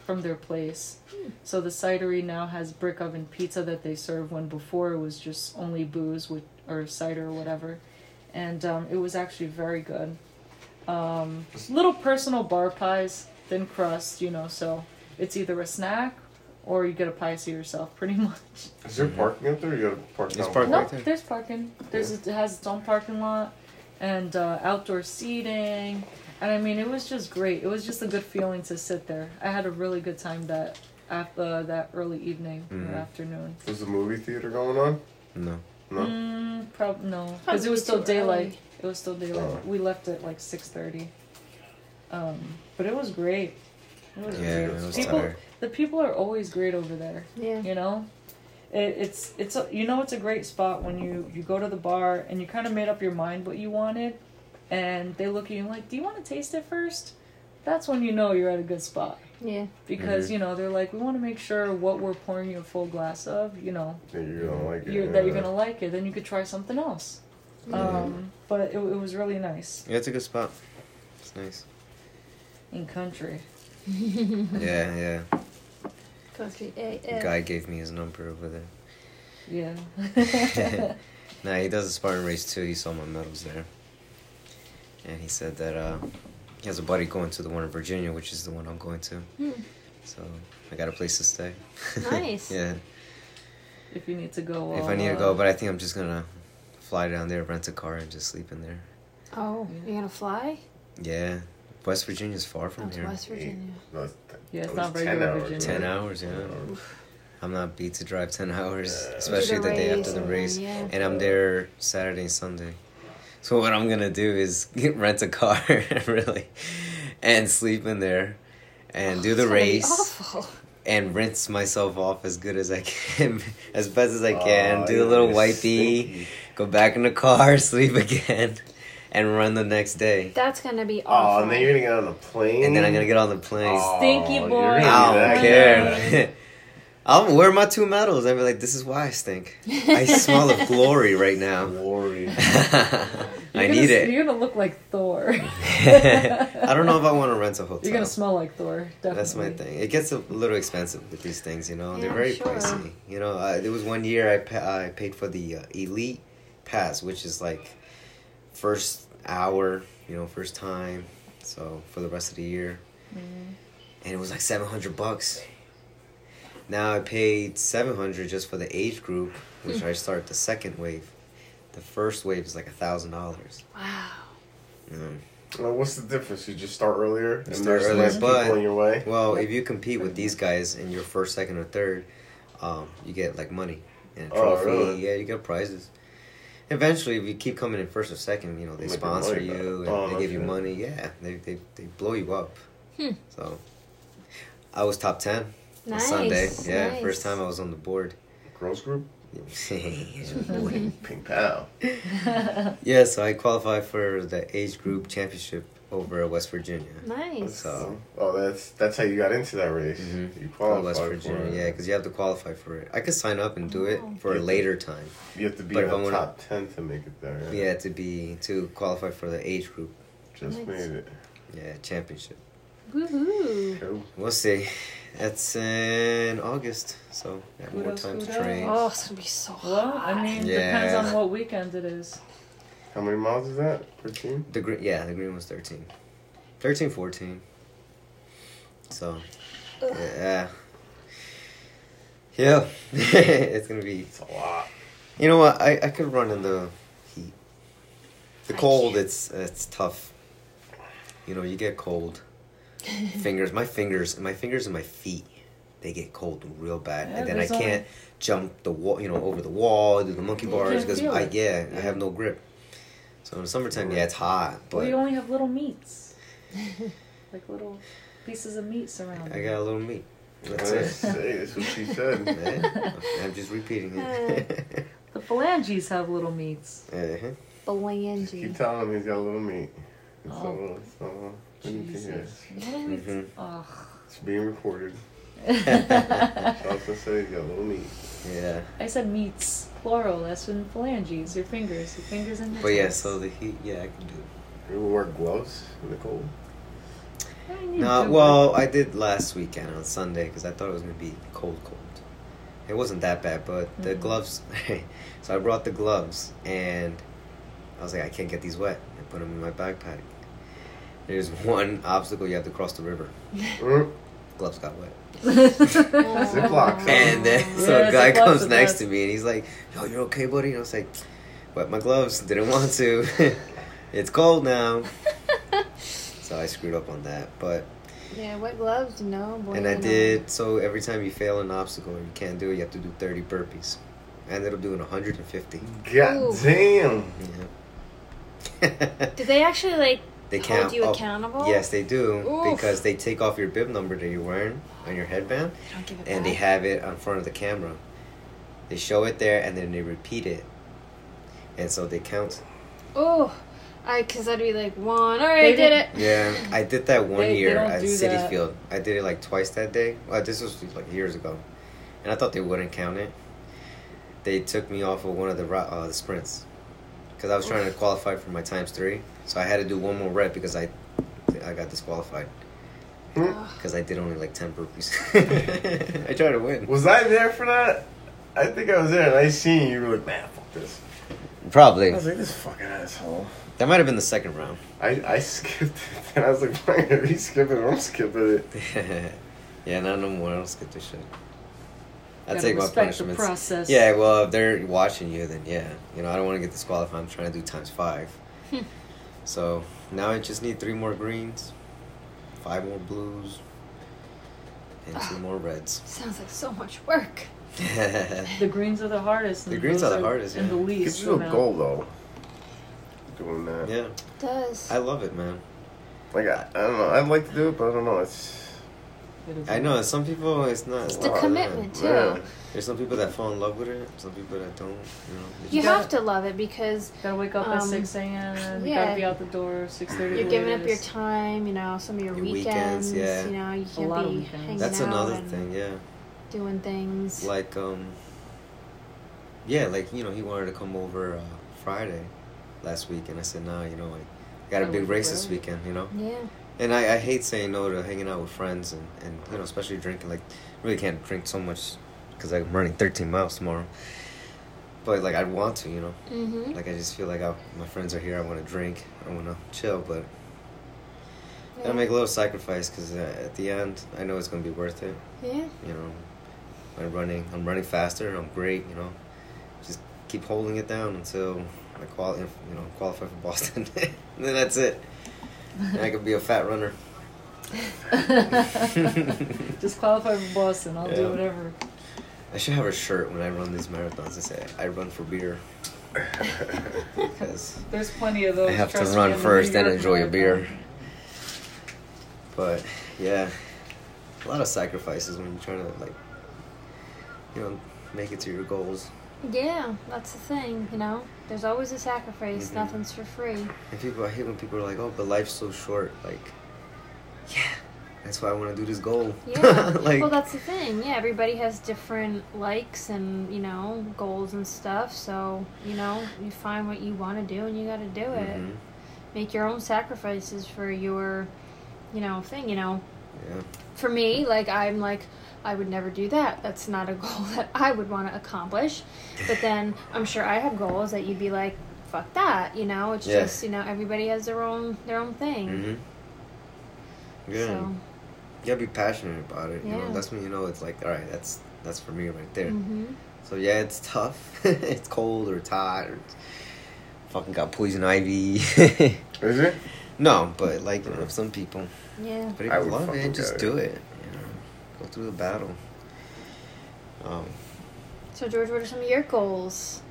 Speaker 3: from their place. So the cidery now has brick oven pizza that they serve when before it was just only booze with or cider or whatever, and um, it was actually very good. Um, little personal bar pies, thin crust, you know. So it's either a snack or you get a pie to yourself, pretty (laughs) much.
Speaker 4: Is there parking up there? Or you gotta park
Speaker 1: There's
Speaker 4: down
Speaker 1: parking.
Speaker 4: below?
Speaker 3: No,
Speaker 1: Right there.
Speaker 3: there's parking. There's it has its own parking lot and uh, outdoor seating. And I mean, it was just great. It was just a good feeling to sit there. I had a really good time that af- uh, that early evening
Speaker 1: Mhm.
Speaker 3: or afternoon.
Speaker 4: There's a movie theater going on.
Speaker 1: No.
Speaker 4: No.
Speaker 3: Mm, prob- no, because
Speaker 2: Probably
Speaker 3: it was still
Speaker 2: too
Speaker 3: daylight.
Speaker 2: early.
Speaker 3: It was still daylight.
Speaker 4: Oh.
Speaker 3: We left at like six thirty. Um, but it was great. It was
Speaker 1: Yeah,
Speaker 3: great.
Speaker 1: I was
Speaker 3: people,
Speaker 1: tired.
Speaker 3: the people are always great over there
Speaker 2: Yeah.
Speaker 3: you know it, it's it's a, you know it's a great spot when you you go to the bar and you kind of made up your mind what you wanted and they look at you like do you want to taste it first that's when you know you're at a good spot
Speaker 2: Yeah.
Speaker 3: because
Speaker 1: Mhm.
Speaker 3: you know they're like we want to make sure what we're pouring you a full glass of you know
Speaker 4: That you're
Speaker 1: Mm.
Speaker 4: gonna like it.
Speaker 3: you're, that you're
Speaker 1: uh,
Speaker 4: yeah.
Speaker 3: gonna like it then you could try something else
Speaker 1: Mm-hmm.
Speaker 3: um, but it, it was really nice
Speaker 1: Yeah, it's a good spot. It's nice.
Speaker 3: in country Mm-hmm.
Speaker 1: yeah, yeah.
Speaker 2: Country. Eh, eh.
Speaker 1: Guy gave me his number over there. (laughs)
Speaker 3: yeah (laughs)
Speaker 1: Nah, he does a Spartan race too. He saw my medals there. And he said that uh, he has a buddy going to the one in Virginia, which is the one I'm going to.
Speaker 2: Hmm.
Speaker 1: So I got a place to stay. (laughs)
Speaker 2: Nice.
Speaker 1: yeah.
Speaker 3: if you need to go
Speaker 1: If
Speaker 3: uh,
Speaker 1: I need to go, but I think I'm just gonna fly down there, rent a car, and just sleep in there.
Speaker 2: Oh,
Speaker 3: Yeah.
Speaker 2: you're gonna fly?
Speaker 1: Yeah. West Virginia's far from
Speaker 2: Out to
Speaker 1: here.
Speaker 2: West Virginia.
Speaker 4: No, it's
Speaker 3: yeah it's
Speaker 4: It
Speaker 3: not
Speaker 4: was
Speaker 3: very
Speaker 4: 10
Speaker 3: good
Speaker 4: hours,
Speaker 3: Virginia.
Speaker 1: Ten hours, yeah. I'm not beat to drive ten (laughs) hours, especially
Speaker 2: To
Speaker 1: the,
Speaker 2: the
Speaker 1: day
Speaker 2: race
Speaker 1: after the
Speaker 2: and then,
Speaker 1: race.
Speaker 2: yeah.
Speaker 1: And I'm there Saturday and Sunday. So what I'm gonna do is (laughs) rent a car, really, and sleep in there, and do the
Speaker 2: It's gonna be
Speaker 1: race,
Speaker 2: Awful.
Speaker 1: and rinse myself off as good as I (laughs) can, as best as I
Speaker 4: Aw,
Speaker 1: can. do
Speaker 4: Oh, you're
Speaker 1: the little
Speaker 4: gonna
Speaker 1: wipey,
Speaker 4: stinky.
Speaker 1: go back in the car, (laughs) sleep again, and run the next day.
Speaker 2: That's gonna be awful.
Speaker 4: Oh, and then you're gonna get on the plane.
Speaker 1: And then I'm gonna get on the plane.
Speaker 4: Aw,
Speaker 3: Stinky
Speaker 4: you're
Speaker 3: boy.
Speaker 4: gonna be
Speaker 1: I
Speaker 4: that guy.
Speaker 1: don't (laughs) care. I'll wear my two medals. I'll be like, this is why I stink.
Speaker 2: (laughs)
Speaker 1: I smell
Speaker 3: (laughs)
Speaker 1: of glory right now. (laughs) I
Speaker 4: Glory.
Speaker 3: You're gonna
Speaker 1: need
Speaker 3: s-
Speaker 1: it.
Speaker 3: You're gonna look like Thor.
Speaker 1: (laughs) I don't know if I want to rent a hotel.
Speaker 3: You're gonna smell like Thor. Definitely.
Speaker 1: That's my thing. It gets a little expensive with these things, you know.
Speaker 2: Yeah,
Speaker 1: They're very
Speaker 2: sure.
Speaker 1: pricey. You know, I, there was one year I, pa- I paid for the uh, elite pass, which is like first hour, you know, first time. So for the rest of the year, and it was like seven hundred bucks. Now I paid seven hundred just for the age group, which I start the second wave. The first wave is like a thousand dollars. Mm.
Speaker 2: Wow.
Speaker 4: Well, what's the difference? You just start earlier, and
Speaker 1: start
Speaker 4: there's
Speaker 1: earlier,
Speaker 4: less people
Speaker 1: but-
Speaker 4: in your way.
Speaker 1: Well, if you compete with these guys in your first, second, or third, um, you get like money and a
Speaker 4: Oh,
Speaker 1: trophy.
Speaker 4: really?
Speaker 1: Yeah, you get prizes. Eventually, if you keep coming in first or second, you know they
Speaker 4: Make your money
Speaker 1: sponsor
Speaker 4: back.
Speaker 1: you and
Speaker 4: Oh,
Speaker 1: they give you
Speaker 4: okay.
Speaker 1: money. Yeah, they they, they blow you up. So, I was top ten
Speaker 2: Hmm. Nice.
Speaker 1: on Sunday. Yeah,
Speaker 2: nice.
Speaker 1: first time I was on the board. (laughs)
Speaker 3: (laughs)
Speaker 4: Girls group. Ping pow.
Speaker 1: yeah, so I qualified for the age group championship over at West Virginia.
Speaker 2: Nice.
Speaker 1: So.
Speaker 4: Oh, that's that's how you got into that race.
Speaker 1: Mhm.
Speaker 4: You
Speaker 1: Oh,
Speaker 4: qualified
Speaker 1: West
Speaker 4: for
Speaker 1: Virginia,
Speaker 4: it.
Speaker 1: yeah, because you have to qualify for it. I could sign up and do it
Speaker 2: Oh.
Speaker 1: for a later time.
Speaker 4: You have to be
Speaker 1: But
Speaker 4: in
Speaker 1: if I
Speaker 4: the
Speaker 1: wanna-
Speaker 4: top ten to make it there.
Speaker 1: Yeah, to be to qualify for the age group,
Speaker 4: Just
Speaker 2: Nice.
Speaker 4: made it.
Speaker 1: yeah, championship.
Speaker 2: Woohoo.
Speaker 4: Cool.
Speaker 1: We'll see. That's in August, so we have more
Speaker 3: Kudos,
Speaker 1: time to
Speaker 3: kudos.
Speaker 1: train.
Speaker 2: Oh, it's gonna be so hot.
Speaker 3: Well, I mean, depends
Speaker 1: Yeah.
Speaker 3: on what weekend it is.
Speaker 4: How many miles is that per team?
Speaker 1: The green, yeah, the green was 13. 13, 14. So, yeah, yeah, (laughs) it's gonna be.
Speaker 4: It's a lot.
Speaker 1: You know what? I, I could run in the heat. The
Speaker 2: I
Speaker 1: cold,
Speaker 2: can't.
Speaker 1: it's it's tough. You know, you get
Speaker 3: (laughs)
Speaker 1: cold. Fingers, my fingers, my fingers and my feet, they get cold real bad,
Speaker 3: Yeah,
Speaker 1: and then I
Speaker 3: there's only-
Speaker 1: can't jump the wall, you know, over the wall, do the monkey bars
Speaker 3: can't
Speaker 1: because
Speaker 3: feel
Speaker 1: I
Speaker 3: it.
Speaker 1: yeah, I have no grip. So in the summertime, yeah, it's hot, but
Speaker 3: we only have
Speaker 1: (laughs)
Speaker 3: little meats, like little pieces of meat surrounding.
Speaker 1: I got a little meat. That's
Speaker 4: (laughs) Hey,
Speaker 3: (laughs)
Speaker 1: it.
Speaker 4: that's what she
Speaker 1: (laughs)
Speaker 4: said.
Speaker 1: Yeah, I'm just repeating it.
Speaker 3: The phalanges have little meats.
Speaker 1: (laughs) uh-huh.
Speaker 2: Belangi.
Speaker 4: Keep telling him he's got a little meat. It's
Speaker 3: Oh.
Speaker 4: all, it's all we need to hear.
Speaker 3: Jesus. What are we?
Speaker 1: Mhm.
Speaker 4: It's being (laughs) recorded.
Speaker 3: Ugh.
Speaker 4: Shelton said he's got a little meat.
Speaker 1: Yeah.
Speaker 3: I said meats, plural. That's when phalanges, your fingers, your fingers and.
Speaker 1: But yeah,
Speaker 3: nails.
Speaker 1: so the heat. Yeah, I can do it.
Speaker 4: You wear gloves in the cold?
Speaker 3: I need
Speaker 1: No, (laughs)
Speaker 3: to- (laughs)
Speaker 1: well, I did last weekend on Sunday because I thought it was gonna be cold, cold. It wasn't that bad, but the
Speaker 3: Mhm.
Speaker 1: gloves. (laughs) so I brought the gloves, and I was like, I can't get these wet. I put them in my backpack. There's (laughs) one obstacle you have to cross the river.
Speaker 4: Mm.
Speaker 1: Gloves got wet.
Speaker 2: (laughs)
Speaker 4: Ziploc.
Speaker 1: And then so
Speaker 3: Oh. Yeah,
Speaker 1: a guy (laughs)
Speaker 3: the gloves
Speaker 1: comes
Speaker 3: are
Speaker 1: next
Speaker 3: best.
Speaker 1: to me and he's like, "Yo, you're okay, buddy?" And I was like, "Wet my gloves. Didn't want to. (laughs) it's cold now." so I screwed up on that, but
Speaker 2: yeah, wet gloves, no. Bueno.
Speaker 1: and I did so every time you fail an obstacle and you can't do it, you have to do 30 burpees. I ended up doing 150.
Speaker 2: Hmm.
Speaker 4: God
Speaker 2: Ooh.
Speaker 4: damn.
Speaker 1: Yeah.
Speaker 2: Did they actually like
Speaker 1: (laughs) they
Speaker 2: hold
Speaker 1: count
Speaker 2: you
Speaker 1: up-
Speaker 2: accountable?
Speaker 1: Yes, they do
Speaker 2: Oof.
Speaker 1: because they take off your bib number that you're wearing on your headband.
Speaker 2: They don't give it
Speaker 1: and they
Speaker 2: back?
Speaker 1: have it on front of the camera. They show it there and then they repeat it. And so they count.
Speaker 2: Oh, I because I'd be like one. All right,
Speaker 3: They
Speaker 2: I did it.
Speaker 3: didn't-
Speaker 1: Yeah, I did that one
Speaker 3: They- they
Speaker 1: year
Speaker 3: don't
Speaker 1: at
Speaker 3: do
Speaker 1: City
Speaker 3: that.
Speaker 1: Field. I did it like twice that day. Well, this was like years ago, and I thought they wouldn't count it. They took me off of one of the ro- uh, the sprints because I was trying to qualify for my times three, so I had to do one more rep because I I got disqualified
Speaker 4: Mm.
Speaker 2: Ugh.
Speaker 1: because I did only like ten burpees. (laughs) I tried to win.
Speaker 4: Was I there for that? I think I was there and I seen you. You were like, man, fuck this. I
Speaker 1: Probably
Speaker 4: was like, this fucking asshole.
Speaker 1: that might have been the second round.
Speaker 4: I, I (laughs) skipped it and I was like, "Fuck it, if you skip it, I'm skipping it.
Speaker 1: (laughs) yeah, not no more. I don't skip this shit. I
Speaker 3: Gotta
Speaker 1: take my
Speaker 3: respect the
Speaker 1: punishments.
Speaker 3: process.
Speaker 1: Yeah, well, if they're watching you, then yeah. You know, I don't want to get disqualified. I'm trying to do times
Speaker 2: (laughs)
Speaker 1: five. so now I just need three more greens, five more blues, and two more
Speaker 2: (laughs)
Speaker 1: reds. (laughs)
Speaker 2: Sounds like so much work.
Speaker 3: The greens are the hardest. and
Speaker 1: The greens
Speaker 3: blues
Speaker 1: are the hardest,
Speaker 3: And
Speaker 1: yeah.
Speaker 3: the least.
Speaker 4: Gives you a
Speaker 3: amount.
Speaker 4: goal though. Doing that.
Speaker 1: yeah,
Speaker 2: does.
Speaker 1: I love it, man.
Speaker 4: Like I, I don't know. I'd like to do it, but I don't know. It's
Speaker 3: It is-
Speaker 1: I know some people it's not.
Speaker 2: It's
Speaker 1: a
Speaker 2: the
Speaker 1: lot of
Speaker 2: commitment
Speaker 1: them.
Speaker 2: too.
Speaker 4: Yeah.
Speaker 1: There's some people that fall in love with it. Some people that don't. You know. they
Speaker 2: You
Speaker 1: just-
Speaker 2: have to love it because
Speaker 3: Gotta wake up at
Speaker 2: Um,
Speaker 3: six a.m. You
Speaker 2: yeah.
Speaker 3: Gotta be out the door six thirty.
Speaker 2: you're giving up your time. You know, some of your,
Speaker 1: Your weekends,
Speaker 2: weekends.
Speaker 1: yeah.
Speaker 2: You know, you can't
Speaker 3: lot of
Speaker 2: be
Speaker 3: weekends.
Speaker 2: hanging
Speaker 1: That's
Speaker 2: out
Speaker 1: another
Speaker 2: and
Speaker 1: thing. Yeah.
Speaker 2: Doing things.
Speaker 1: like um yeah like you know he wanted to come over uh, friday last week and i said nah you know i got a
Speaker 3: I
Speaker 1: big
Speaker 3: work
Speaker 1: race this
Speaker 3: early."
Speaker 1: weekend you know
Speaker 2: yeah.
Speaker 1: and I, I hate saying no to hanging out with friends and, and you know especially drinking like really can't drink so much because i'm running 13 miles tomorrow but like i want to you know
Speaker 2: Mm-hmm.
Speaker 1: like i just feel like I, my friends are here i want to drink i want to chill but i gotta make a little sacrifice because uh, at the end i know it's gonna be worth it
Speaker 2: yeah.
Speaker 1: (laughs) you know i'm running i'm running faster i'm great you know just keep holding it down until i qual you know qualify for boston (laughs) and then that's it and i could be a fat runner
Speaker 3: (laughs) Just qualify for Boston. I'll
Speaker 1: Yeah.
Speaker 3: do whatever.
Speaker 1: i should have a shirt when i run these marathons and say i run for beer because
Speaker 3: There's plenty of those.
Speaker 1: i have to
Speaker 3: trust me,
Speaker 1: run
Speaker 3: in the
Speaker 1: first
Speaker 3: New
Speaker 1: then
Speaker 3: York
Speaker 1: enjoy a beer
Speaker 3: Marathon.
Speaker 1: but yeah a lot of sacrifices when you're trying to like you know make it to your goals
Speaker 2: Yeah. That's the thing. You know, there's always a sacrifice.
Speaker 1: Mhm.
Speaker 2: Nothing's for free.
Speaker 1: And people, I hate when people are like, "Oh, but life's so short." Like, yeah, that's why I want to do this goal. (laughs)
Speaker 2: Yeah.
Speaker 1: like,
Speaker 2: well, that's the thing. Yeah, everybody has different likes and you know goals and stuff. So you know, you find what you want to do and you got to do it.
Speaker 1: mhm,
Speaker 2: Make your own sacrifices for your, you know, thing. You know,
Speaker 1: yeah.
Speaker 2: for me, like I'm like. I would never do that. That's not a (laughs) goal that I would want to accomplish. But then I'm sure I have goals that you'd be like, "Fuck that," you know. It's
Speaker 1: Yeah.
Speaker 2: just you know everybody has their own their own thing.
Speaker 1: hmm Yeah,
Speaker 2: So,
Speaker 1: mm-hmm. you gotta be passionate about it. You
Speaker 2: Yeah.
Speaker 1: know, that's when you know it's like, all right, that's that's for me right there.
Speaker 2: hmm
Speaker 1: So yeah, it's tough. (laughs) it's cold or it's hot or it's- fucking got poison ivy. (laughs)
Speaker 4: Is it?
Speaker 1: no, but like you know,
Speaker 2: Mm.
Speaker 1: some people,
Speaker 2: yeah.
Speaker 1: but if
Speaker 4: I
Speaker 1: you
Speaker 4: would
Speaker 1: love
Speaker 4: fucking
Speaker 1: it, just
Speaker 4: go.
Speaker 1: do it. You know, go through the battle.
Speaker 4: (laughs)
Speaker 1: Um,
Speaker 2: So George, what are some of your goals?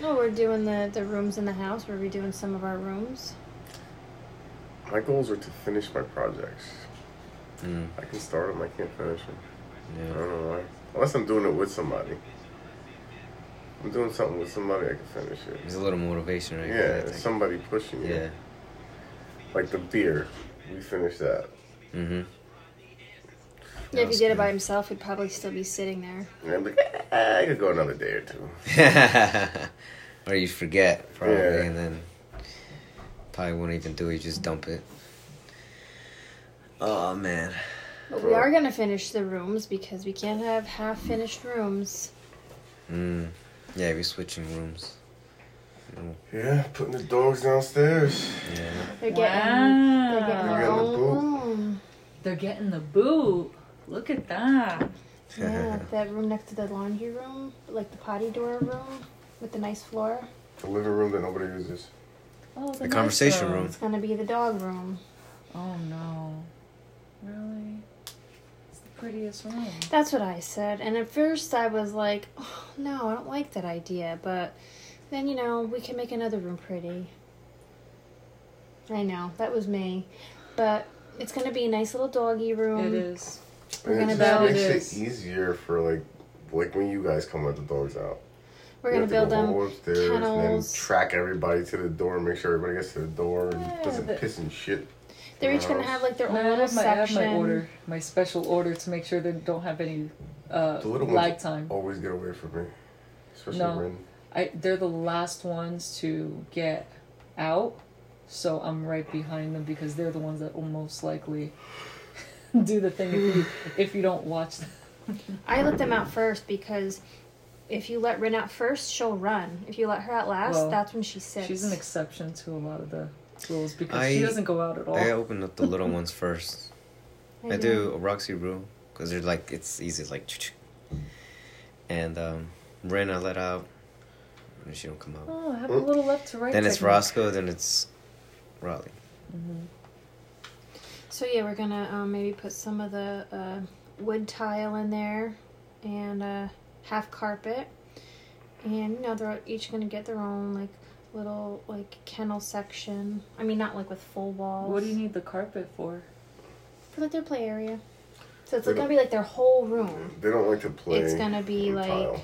Speaker 2: No, we're doing the, the rooms in the house. We're redoing some of our rooms.
Speaker 4: My goals are to finish my projects.
Speaker 1: Mm,
Speaker 4: I can start them. I can't finish them. I
Speaker 1: yeah.
Speaker 4: don't know why. Unless I'm doing it with somebody. I'm doing something with somebody I can finish it.
Speaker 1: There's a little motivation right
Speaker 4: Yeah,
Speaker 1: there. I
Speaker 4: it's
Speaker 1: think.
Speaker 4: somebody pushing you.
Speaker 1: Yeah.
Speaker 4: Like the beer, we finished that.
Speaker 1: Mm-hmm.
Speaker 2: Yeah, if he did it by himself, he'd probably still be sitting there.
Speaker 4: And I'm like, "Ah, I could go another day or
Speaker 1: (laughs)
Speaker 4: two.
Speaker 1: or you forget probably,
Speaker 4: Yeah.
Speaker 1: and then probably won't even do it. You just dump it. Oh man.
Speaker 2: But we are gonna finish the rooms because we can't have half finished rooms.
Speaker 1: Mm. Yeah, we're switching rooms.
Speaker 4: Yeah, putting the dogs downstairs.
Speaker 1: Yeah.
Speaker 2: They're getting they're getting
Speaker 3: Wow.
Speaker 2: their
Speaker 4: You're getting the
Speaker 2: own room.
Speaker 3: They're getting the boot. Look at that.
Speaker 2: Yeah, that room next to the laundry room, like the potty door room with the nice floor.
Speaker 4: The living room that nobody uses.
Speaker 3: Oh,
Speaker 1: The conversation
Speaker 3: nice
Speaker 1: room.
Speaker 2: It's gonna be the dog room.
Speaker 3: Oh no. Really? It's the prettiest room.
Speaker 2: That's what I said. And at first I was like, oh, no, I don't like that idea. But then, you know, we can make another room pretty. I know, that was me. But it's going to be a nice little doggy room.
Speaker 3: It is.
Speaker 2: We're
Speaker 4: And
Speaker 2: gonna
Speaker 4: it
Speaker 2: build
Speaker 4: just makes
Speaker 3: this.
Speaker 4: it easier for like, like when you guys come let the dogs out.
Speaker 2: We're
Speaker 4: You
Speaker 2: going to build
Speaker 4: have go
Speaker 2: them.
Speaker 4: all upstairs and then
Speaker 2: kennels.
Speaker 4: track everybody to the door, make sure everybody gets to the door and
Speaker 3: Yeah,
Speaker 4: doesn't
Speaker 3: but-
Speaker 4: piss and shit.
Speaker 2: They're each going to have
Speaker 4: Kennels.
Speaker 2: like their
Speaker 3: I
Speaker 2: own little
Speaker 3: have, my, I have
Speaker 2: section.
Speaker 3: my order, my special order to make sure they don't have any uh,
Speaker 4: The little ones-
Speaker 3: lag time.
Speaker 4: Always get away from me, especially
Speaker 3: No.
Speaker 4: when
Speaker 3: I, they're the last ones to get out, so I'm right behind them because they're the ones that will most likely (laughs) do the thing if you, if you don't watch them.
Speaker 2: I let them out first because if you let Rin out first, she'll run. If you let her out last,
Speaker 3: Well,
Speaker 2: that's when she sits.
Speaker 3: She's an exception to a lot of the rules because
Speaker 1: I-
Speaker 3: she doesn't go out at all.
Speaker 1: I open up the little ones first. I
Speaker 2: know.
Speaker 1: do a Roxy Rule because they're like it's easy like, and um, Ren I let out, and she don't come out.
Speaker 3: Oh, I have a little left to right.
Speaker 1: then it's
Speaker 3: technique.
Speaker 1: Roscoe, then it's Raleigh.
Speaker 2: So yeah, we're gonna um, maybe put some of the uh, wood tile in there, and uh, half carpet, and you know they're each gonna get their own like little like kennel section. I mean, not like with full walls.
Speaker 3: What do you need the carpet for?
Speaker 2: for like their play area? So it's like, gonna be like their whole room.
Speaker 4: they don't like to play.
Speaker 2: It's gonna be
Speaker 4: on
Speaker 2: like
Speaker 4: tile.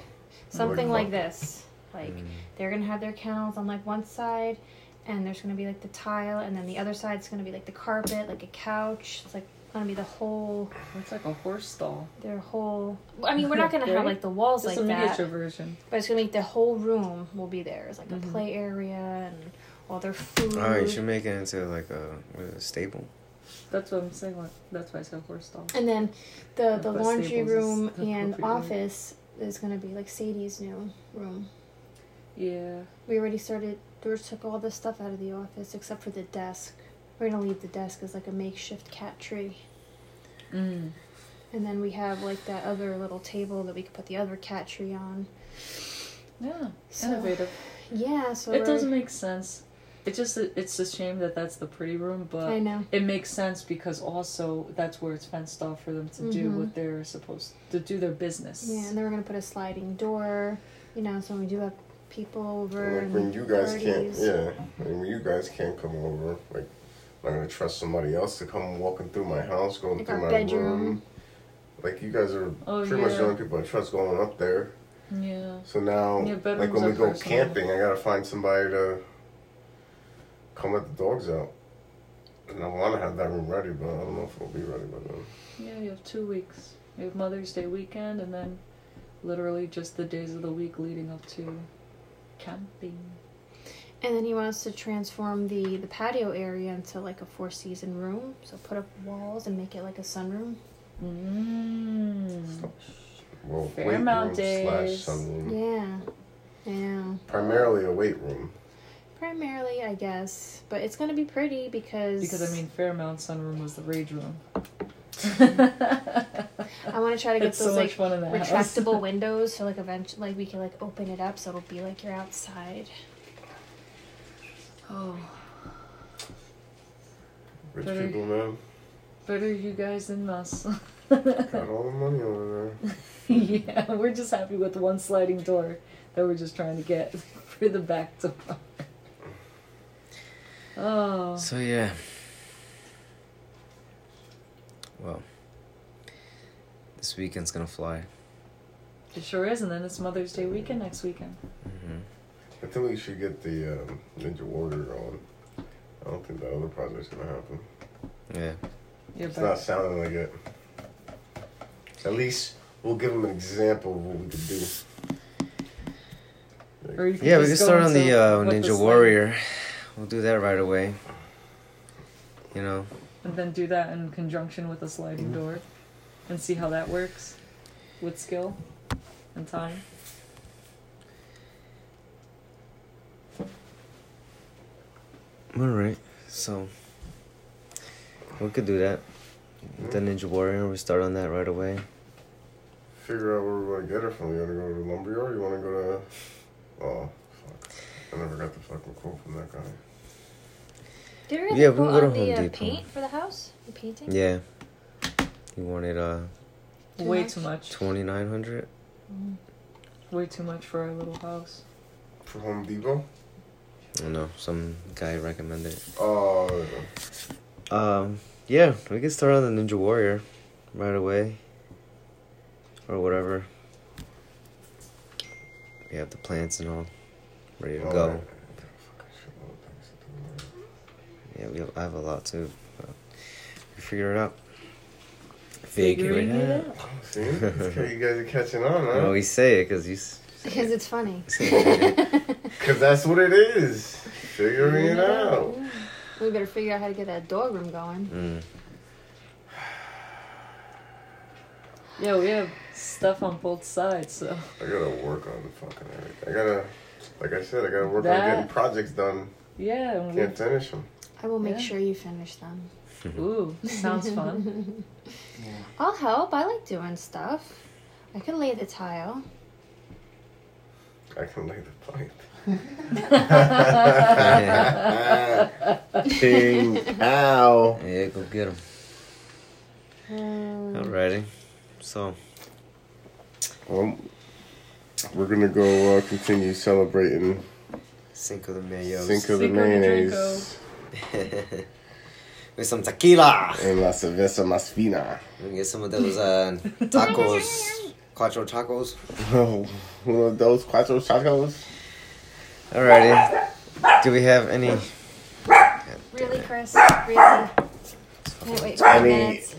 Speaker 2: something
Speaker 4: Like
Speaker 2: like this. Like
Speaker 3: Mm.
Speaker 1: Mm-hmm.
Speaker 2: they're gonna have their kennels on like one side, and there's gonna be like the tile, and then the other side's gonna be like the carpet, like a couch. It's like gonna be the whole
Speaker 3: It's like a horse stall.
Speaker 2: their whole. I mean, we're not gonna (laughs) have
Speaker 3: Right?
Speaker 2: like the walls
Speaker 3: Just
Speaker 2: like
Speaker 3: a
Speaker 2: that,
Speaker 3: miniature version.
Speaker 2: but it's gonna make the whole room will be theirs, like a play area and all their food.
Speaker 1: Oh, you should make it into like a, what is it, stable.
Speaker 3: That's what I'm saying. Like, that's why I said horse stall.
Speaker 2: and then the the
Speaker 3: But
Speaker 2: laundry
Speaker 3: Staples is
Speaker 2: room
Speaker 3: the
Speaker 2: and
Speaker 3: appropriate one.
Speaker 2: office is gonna be like Sadie's new room.
Speaker 3: Yeah.
Speaker 2: We already started. Doors took all the stuff out of the office except for the desk. We're gonna leave the desk as like a makeshift cat tree.
Speaker 3: Mm.
Speaker 2: And then we have like that other little table that we could put the other cat tree on.
Speaker 3: Yeah.
Speaker 2: So-
Speaker 3: Innovative.
Speaker 2: Yeah, so
Speaker 3: It
Speaker 2: we're-
Speaker 3: doesn't make sense. It just it's a shame that that's the pretty room, but
Speaker 2: I know.
Speaker 3: it makes sense because also that's where it's fenced off for them to do
Speaker 2: Mhm.
Speaker 3: what they're supposed to do their business.
Speaker 2: Yeah, and then we're gonna put a sliding door, you know, so when we do have people over
Speaker 4: Like
Speaker 2: and
Speaker 4: when you guys can't,
Speaker 2: parties.
Speaker 4: yeah, like when you guys can't come over, like I'm not gonna trust somebody else to come walking through my house, going
Speaker 2: Like
Speaker 4: through
Speaker 2: our
Speaker 4: my
Speaker 2: bedroom.
Speaker 4: room. Like you guys are
Speaker 3: Oh,
Speaker 4: pretty much
Speaker 3: yeah.
Speaker 4: the only people I trust going up there.
Speaker 3: Yeah.
Speaker 4: So now,
Speaker 3: Yeah,
Speaker 4: like
Speaker 3: bedrooms
Speaker 4: when we
Speaker 3: are
Speaker 4: go
Speaker 3: personal.
Speaker 4: camping, I gotta find somebody to come let the dogs out. And I want to have that room ready, but I don't know if it'll be ready uh, by then.
Speaker 3: Yeah, you have two weeks. You have Mother's Day weekend and then literally just the days of the week leading up to camping.
Speaker 2: And then he wants to transform the the patio area into like a four season room. So put up walls and make it like a sunroom.
Speaker 3: Mm.
Speaker 4: Well,
Speaker 3: Fairmount
Speaker 4: weight room
Speaker 3: days.
Speaker 4: slash
Speaker 1: Mm-hmm.
Speaker 4: sunroom.
Speaker 2: Yeah, yeah.
Speaker 4: Primarily a weight room.
Speaker 2: Primarily, I guess, but it's gonna be pretty because
Speaker 3: Because I mean Fairmount Sunroom was the rage room.
Speaker 2: (laughs) I want to try to get
Speaker 3: it's
Speaker 2: those
Speaker 3: so
Speaker 2: (laughs) like
Speaker 3: much fun (laughs) in that house.
Speaker 2: retractable windows so like eventually like we can like open it up so it'll be like you're outside.
Speaker 3: Oh.
Speaker 4: Rich
Speaker 3: Better-
Speaker 4: people, man,
Speaker 3: Better you guys than us. (laughs)
Speaker 4: got all the money over there.
Speaker 3: yeah, we're just happy with one sliding door that we're just trying to get (laughs) for the back door. Oh,
Speaker 1: So yeah. Well, this weekend's gonna fly.
Speaker 3: It sure is, and then it's Mother's Day weekend next weekend.
Speaker 1: Mm-hmm.
Speaker 4: I think we should get the um, Ninja Warrior on. I don't think that other project's gonna happen.
Speaker 1: Yeah.
Speaker 3: You're
Speaker 4: It's not sounding like it. At least we'll give them an example of what we could do.
Speaker 3: Or you
Speaker 1: Yeah, we can
Speaker 3: just go
Speaker 1: start on
Speaker 3: into
Speaker 1: the uh,
Speaker 3: what
Speaker 1: Ninja
Speaker 3: slide-
Speaker 1: Warrior. We'll do that right away. You know,
Speaker 3: And then do that in conjunction with a
Speaker 1: Mm-hmm.
Speaker 3: sliding door and see how that works with skill and time.
Speaker 1: all right. So we could do that. The Ninja Warrior. We start on that right away.
Speaker 4: Figure out where we want to get her from. You want to go to the lumberyard? You want to go to? Oh, fuck! I never got the fucking quote from that guy.
Speaker 2: Did we get
Speaker 1: Yeah,
Speaker 2: yeah,
Speaker 1: we
Speaker 2: the quote
Speaker 1: go to
Speaker 2: on the
Speaker 1: Home
Speaker 2: uh,
Speaker 1: Depot.
Speaker 2: paint for the house? The painting?
Speaker 1: Yeah. You wanted uh
Speaker 2: Too
Speaker 3: Way
Speaker 2: much?
Speaker 3: too much.
Speaker 1: twenty nine hundred.
Speaker 3: Way too much for our little house.
Speaker 4: For Home Depot?
Speaker 1: I don't know. Some guy recommended it.
Speaker 4: Oh,
Speaker 1: Um. Yeah, we can start on the Ninja Warrior right away. Or whatever. We have the plants and all ready to
Speaker 4: no,
Speaker 1: go.
Speaker 4: I- I got a fucking shitload of things to do tomorrow.
Speaker 1: Yeah, we have, I have a lot too. But we figure it out.
Speaker 3: Figuring it out.
Speaker 4: See, It's good you guys are catching on, huh?
Speaker 1: No, we say it because you. s-
Speaker 2: Because
Speaker 1: (laughs)
Speaker 2: it's funny. (laughs)
Speaker 4: Cause that's what it is. Figuring it out.
Speaker 2: We better figure out how to get that dog room going.
Speaker 1: Mm.
Speaker 3: (laughs)
Speaker 1: (laughs)
Speaker 3: Yeah, we have stuff on both sides, so
Speaker 4: I gotta work on fucking everything. I gotta, like I said, I gotta work on
Speaker 3: That- Mhm.
Speaker 4: getting projects done.
Speaker 3: yeah. and
Speaker 4: Can't finish them.
Speaker 2: I will make
Speaker 3: Yeah.
Speaker 2: sure you finish them.
Speaker 3: we- Ooh, sounds fun.
Speaker 2: I'll help. I like doing stuff. I can lay the tile.
Speaker 4: I can lay the pipe.
Speaker 5: Ding. Ow.
Speaker 1: Yeah, go get them.
Speaker 2: Um,
Speaker 1: Alrighty. So
Speaker 4: Well, we're gonna go uh, continue celebrating
Speaker 1: Cinco de Mayo.
Speaker 4: Cinco
Speaker 3: Cinco
Speaker 4: de
Speaker 3: de
Speaker 4: Mayonnaise
Speaker 3: Drinko.
Speaker 1: With some tequila.
Speaker 4: and La Cerveza Más Fina. (laughs)
Speaker 1: We can get some of those uh, tacos, cuatro tacos.
Speaker 4: One of those cuatro tacos.
Speaker 1: Alrighty. Do we have any?
Speaker 2: really, Chris? Really? Can't wait five
Speaker 4: mean-
Speaker 2: minutes.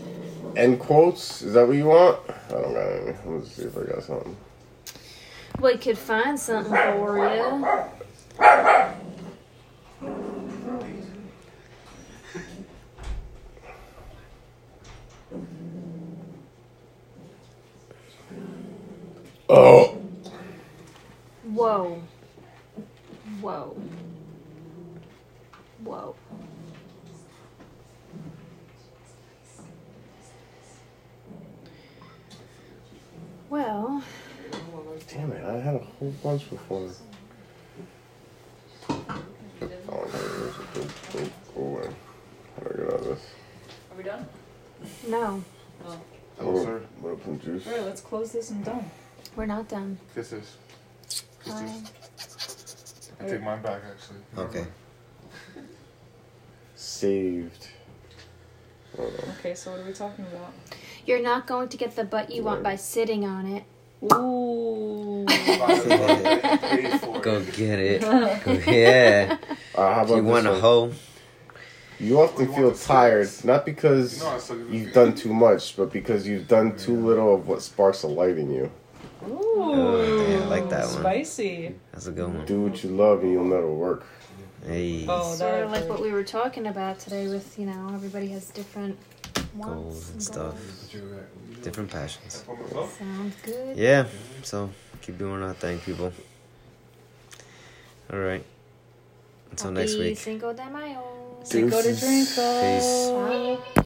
Speaker 4: End quotes? Is that what you want? I don't got any. Let me see if I got something.
Speaker 2: We could find something for you.
Speaker 4: Oh.
Speaker 2: Whoa. Whoa. Whoa. Well,
Speaker 4: Damn it, I had a whole bunch before. Oh, no, there's a big, big hole in. How do I get out of this?
Speaker 3: Are we done?
Speaker 2: no,
Speaker 4: Oh, sir. I'm gonna put juice.
Speaker 3: All right, let's close this and done.
Speaker 2: we're not done.
Speaker 6: Kisses.
Speaker 2: Bye.
Speaker 6: I take mine back actually.
Speaker 1: Okay.
Speaker 4: Saved. Hold on.
Speaker 3: Okay, so what are we talking about?
Speaker 2: You're not going to get the butt you want by sitting on it.
Speaker 3: Ooh.
Speaker 4: (laughs)
Speaker 1: Go get it. Go, yeah.
Speaker 4: Uh, how
Speaker 1: If
Speaker 4: about
Speaker 1: you
Speaker 4: this
Speaker 1: want a
Speaker 4: one?
Speaker 1: hoe?
Speaker 4: You often
Speaker 6: You
Speaker 4: feel
Speaker 6: want the
Speaker 4: tired,
Speaker 6: fruits.
Speaker 4: not because
Speaker 6: No, it's like-
Speaker 4: you've done too much, but because you've done too little of what sparks a light in you.
Speaker 1: Oh, damn, I like that one.
Speaker 3: Spicy.
Speaker 1: That's a good one.
Speaker 4: Do what you love and you'll never work.
Speaker 1: Hey.
Speaker 3: Oh,
Speaker 2: Sort
Speaker 3: that
Speaker 2: of like what we were talking about today with, you know, everybody has different
Speaker 1: Goals
Speaker 2: wants
Speaker 1: and stuff. Different passions.
Speaker 2: goals. Sounds good.
Speaker 1: Yeah. So keep doing our thing, people. All right. Until next
Speaker 2: Happy
Speaker 1: week.
Speaker 2: Cinco de Mayo.
Speaker 3: Cinco de
Speaker 4: Deuces.
Speaker 3: Drinko.
Speaker 1: Peace.
Speaker 2: Bye.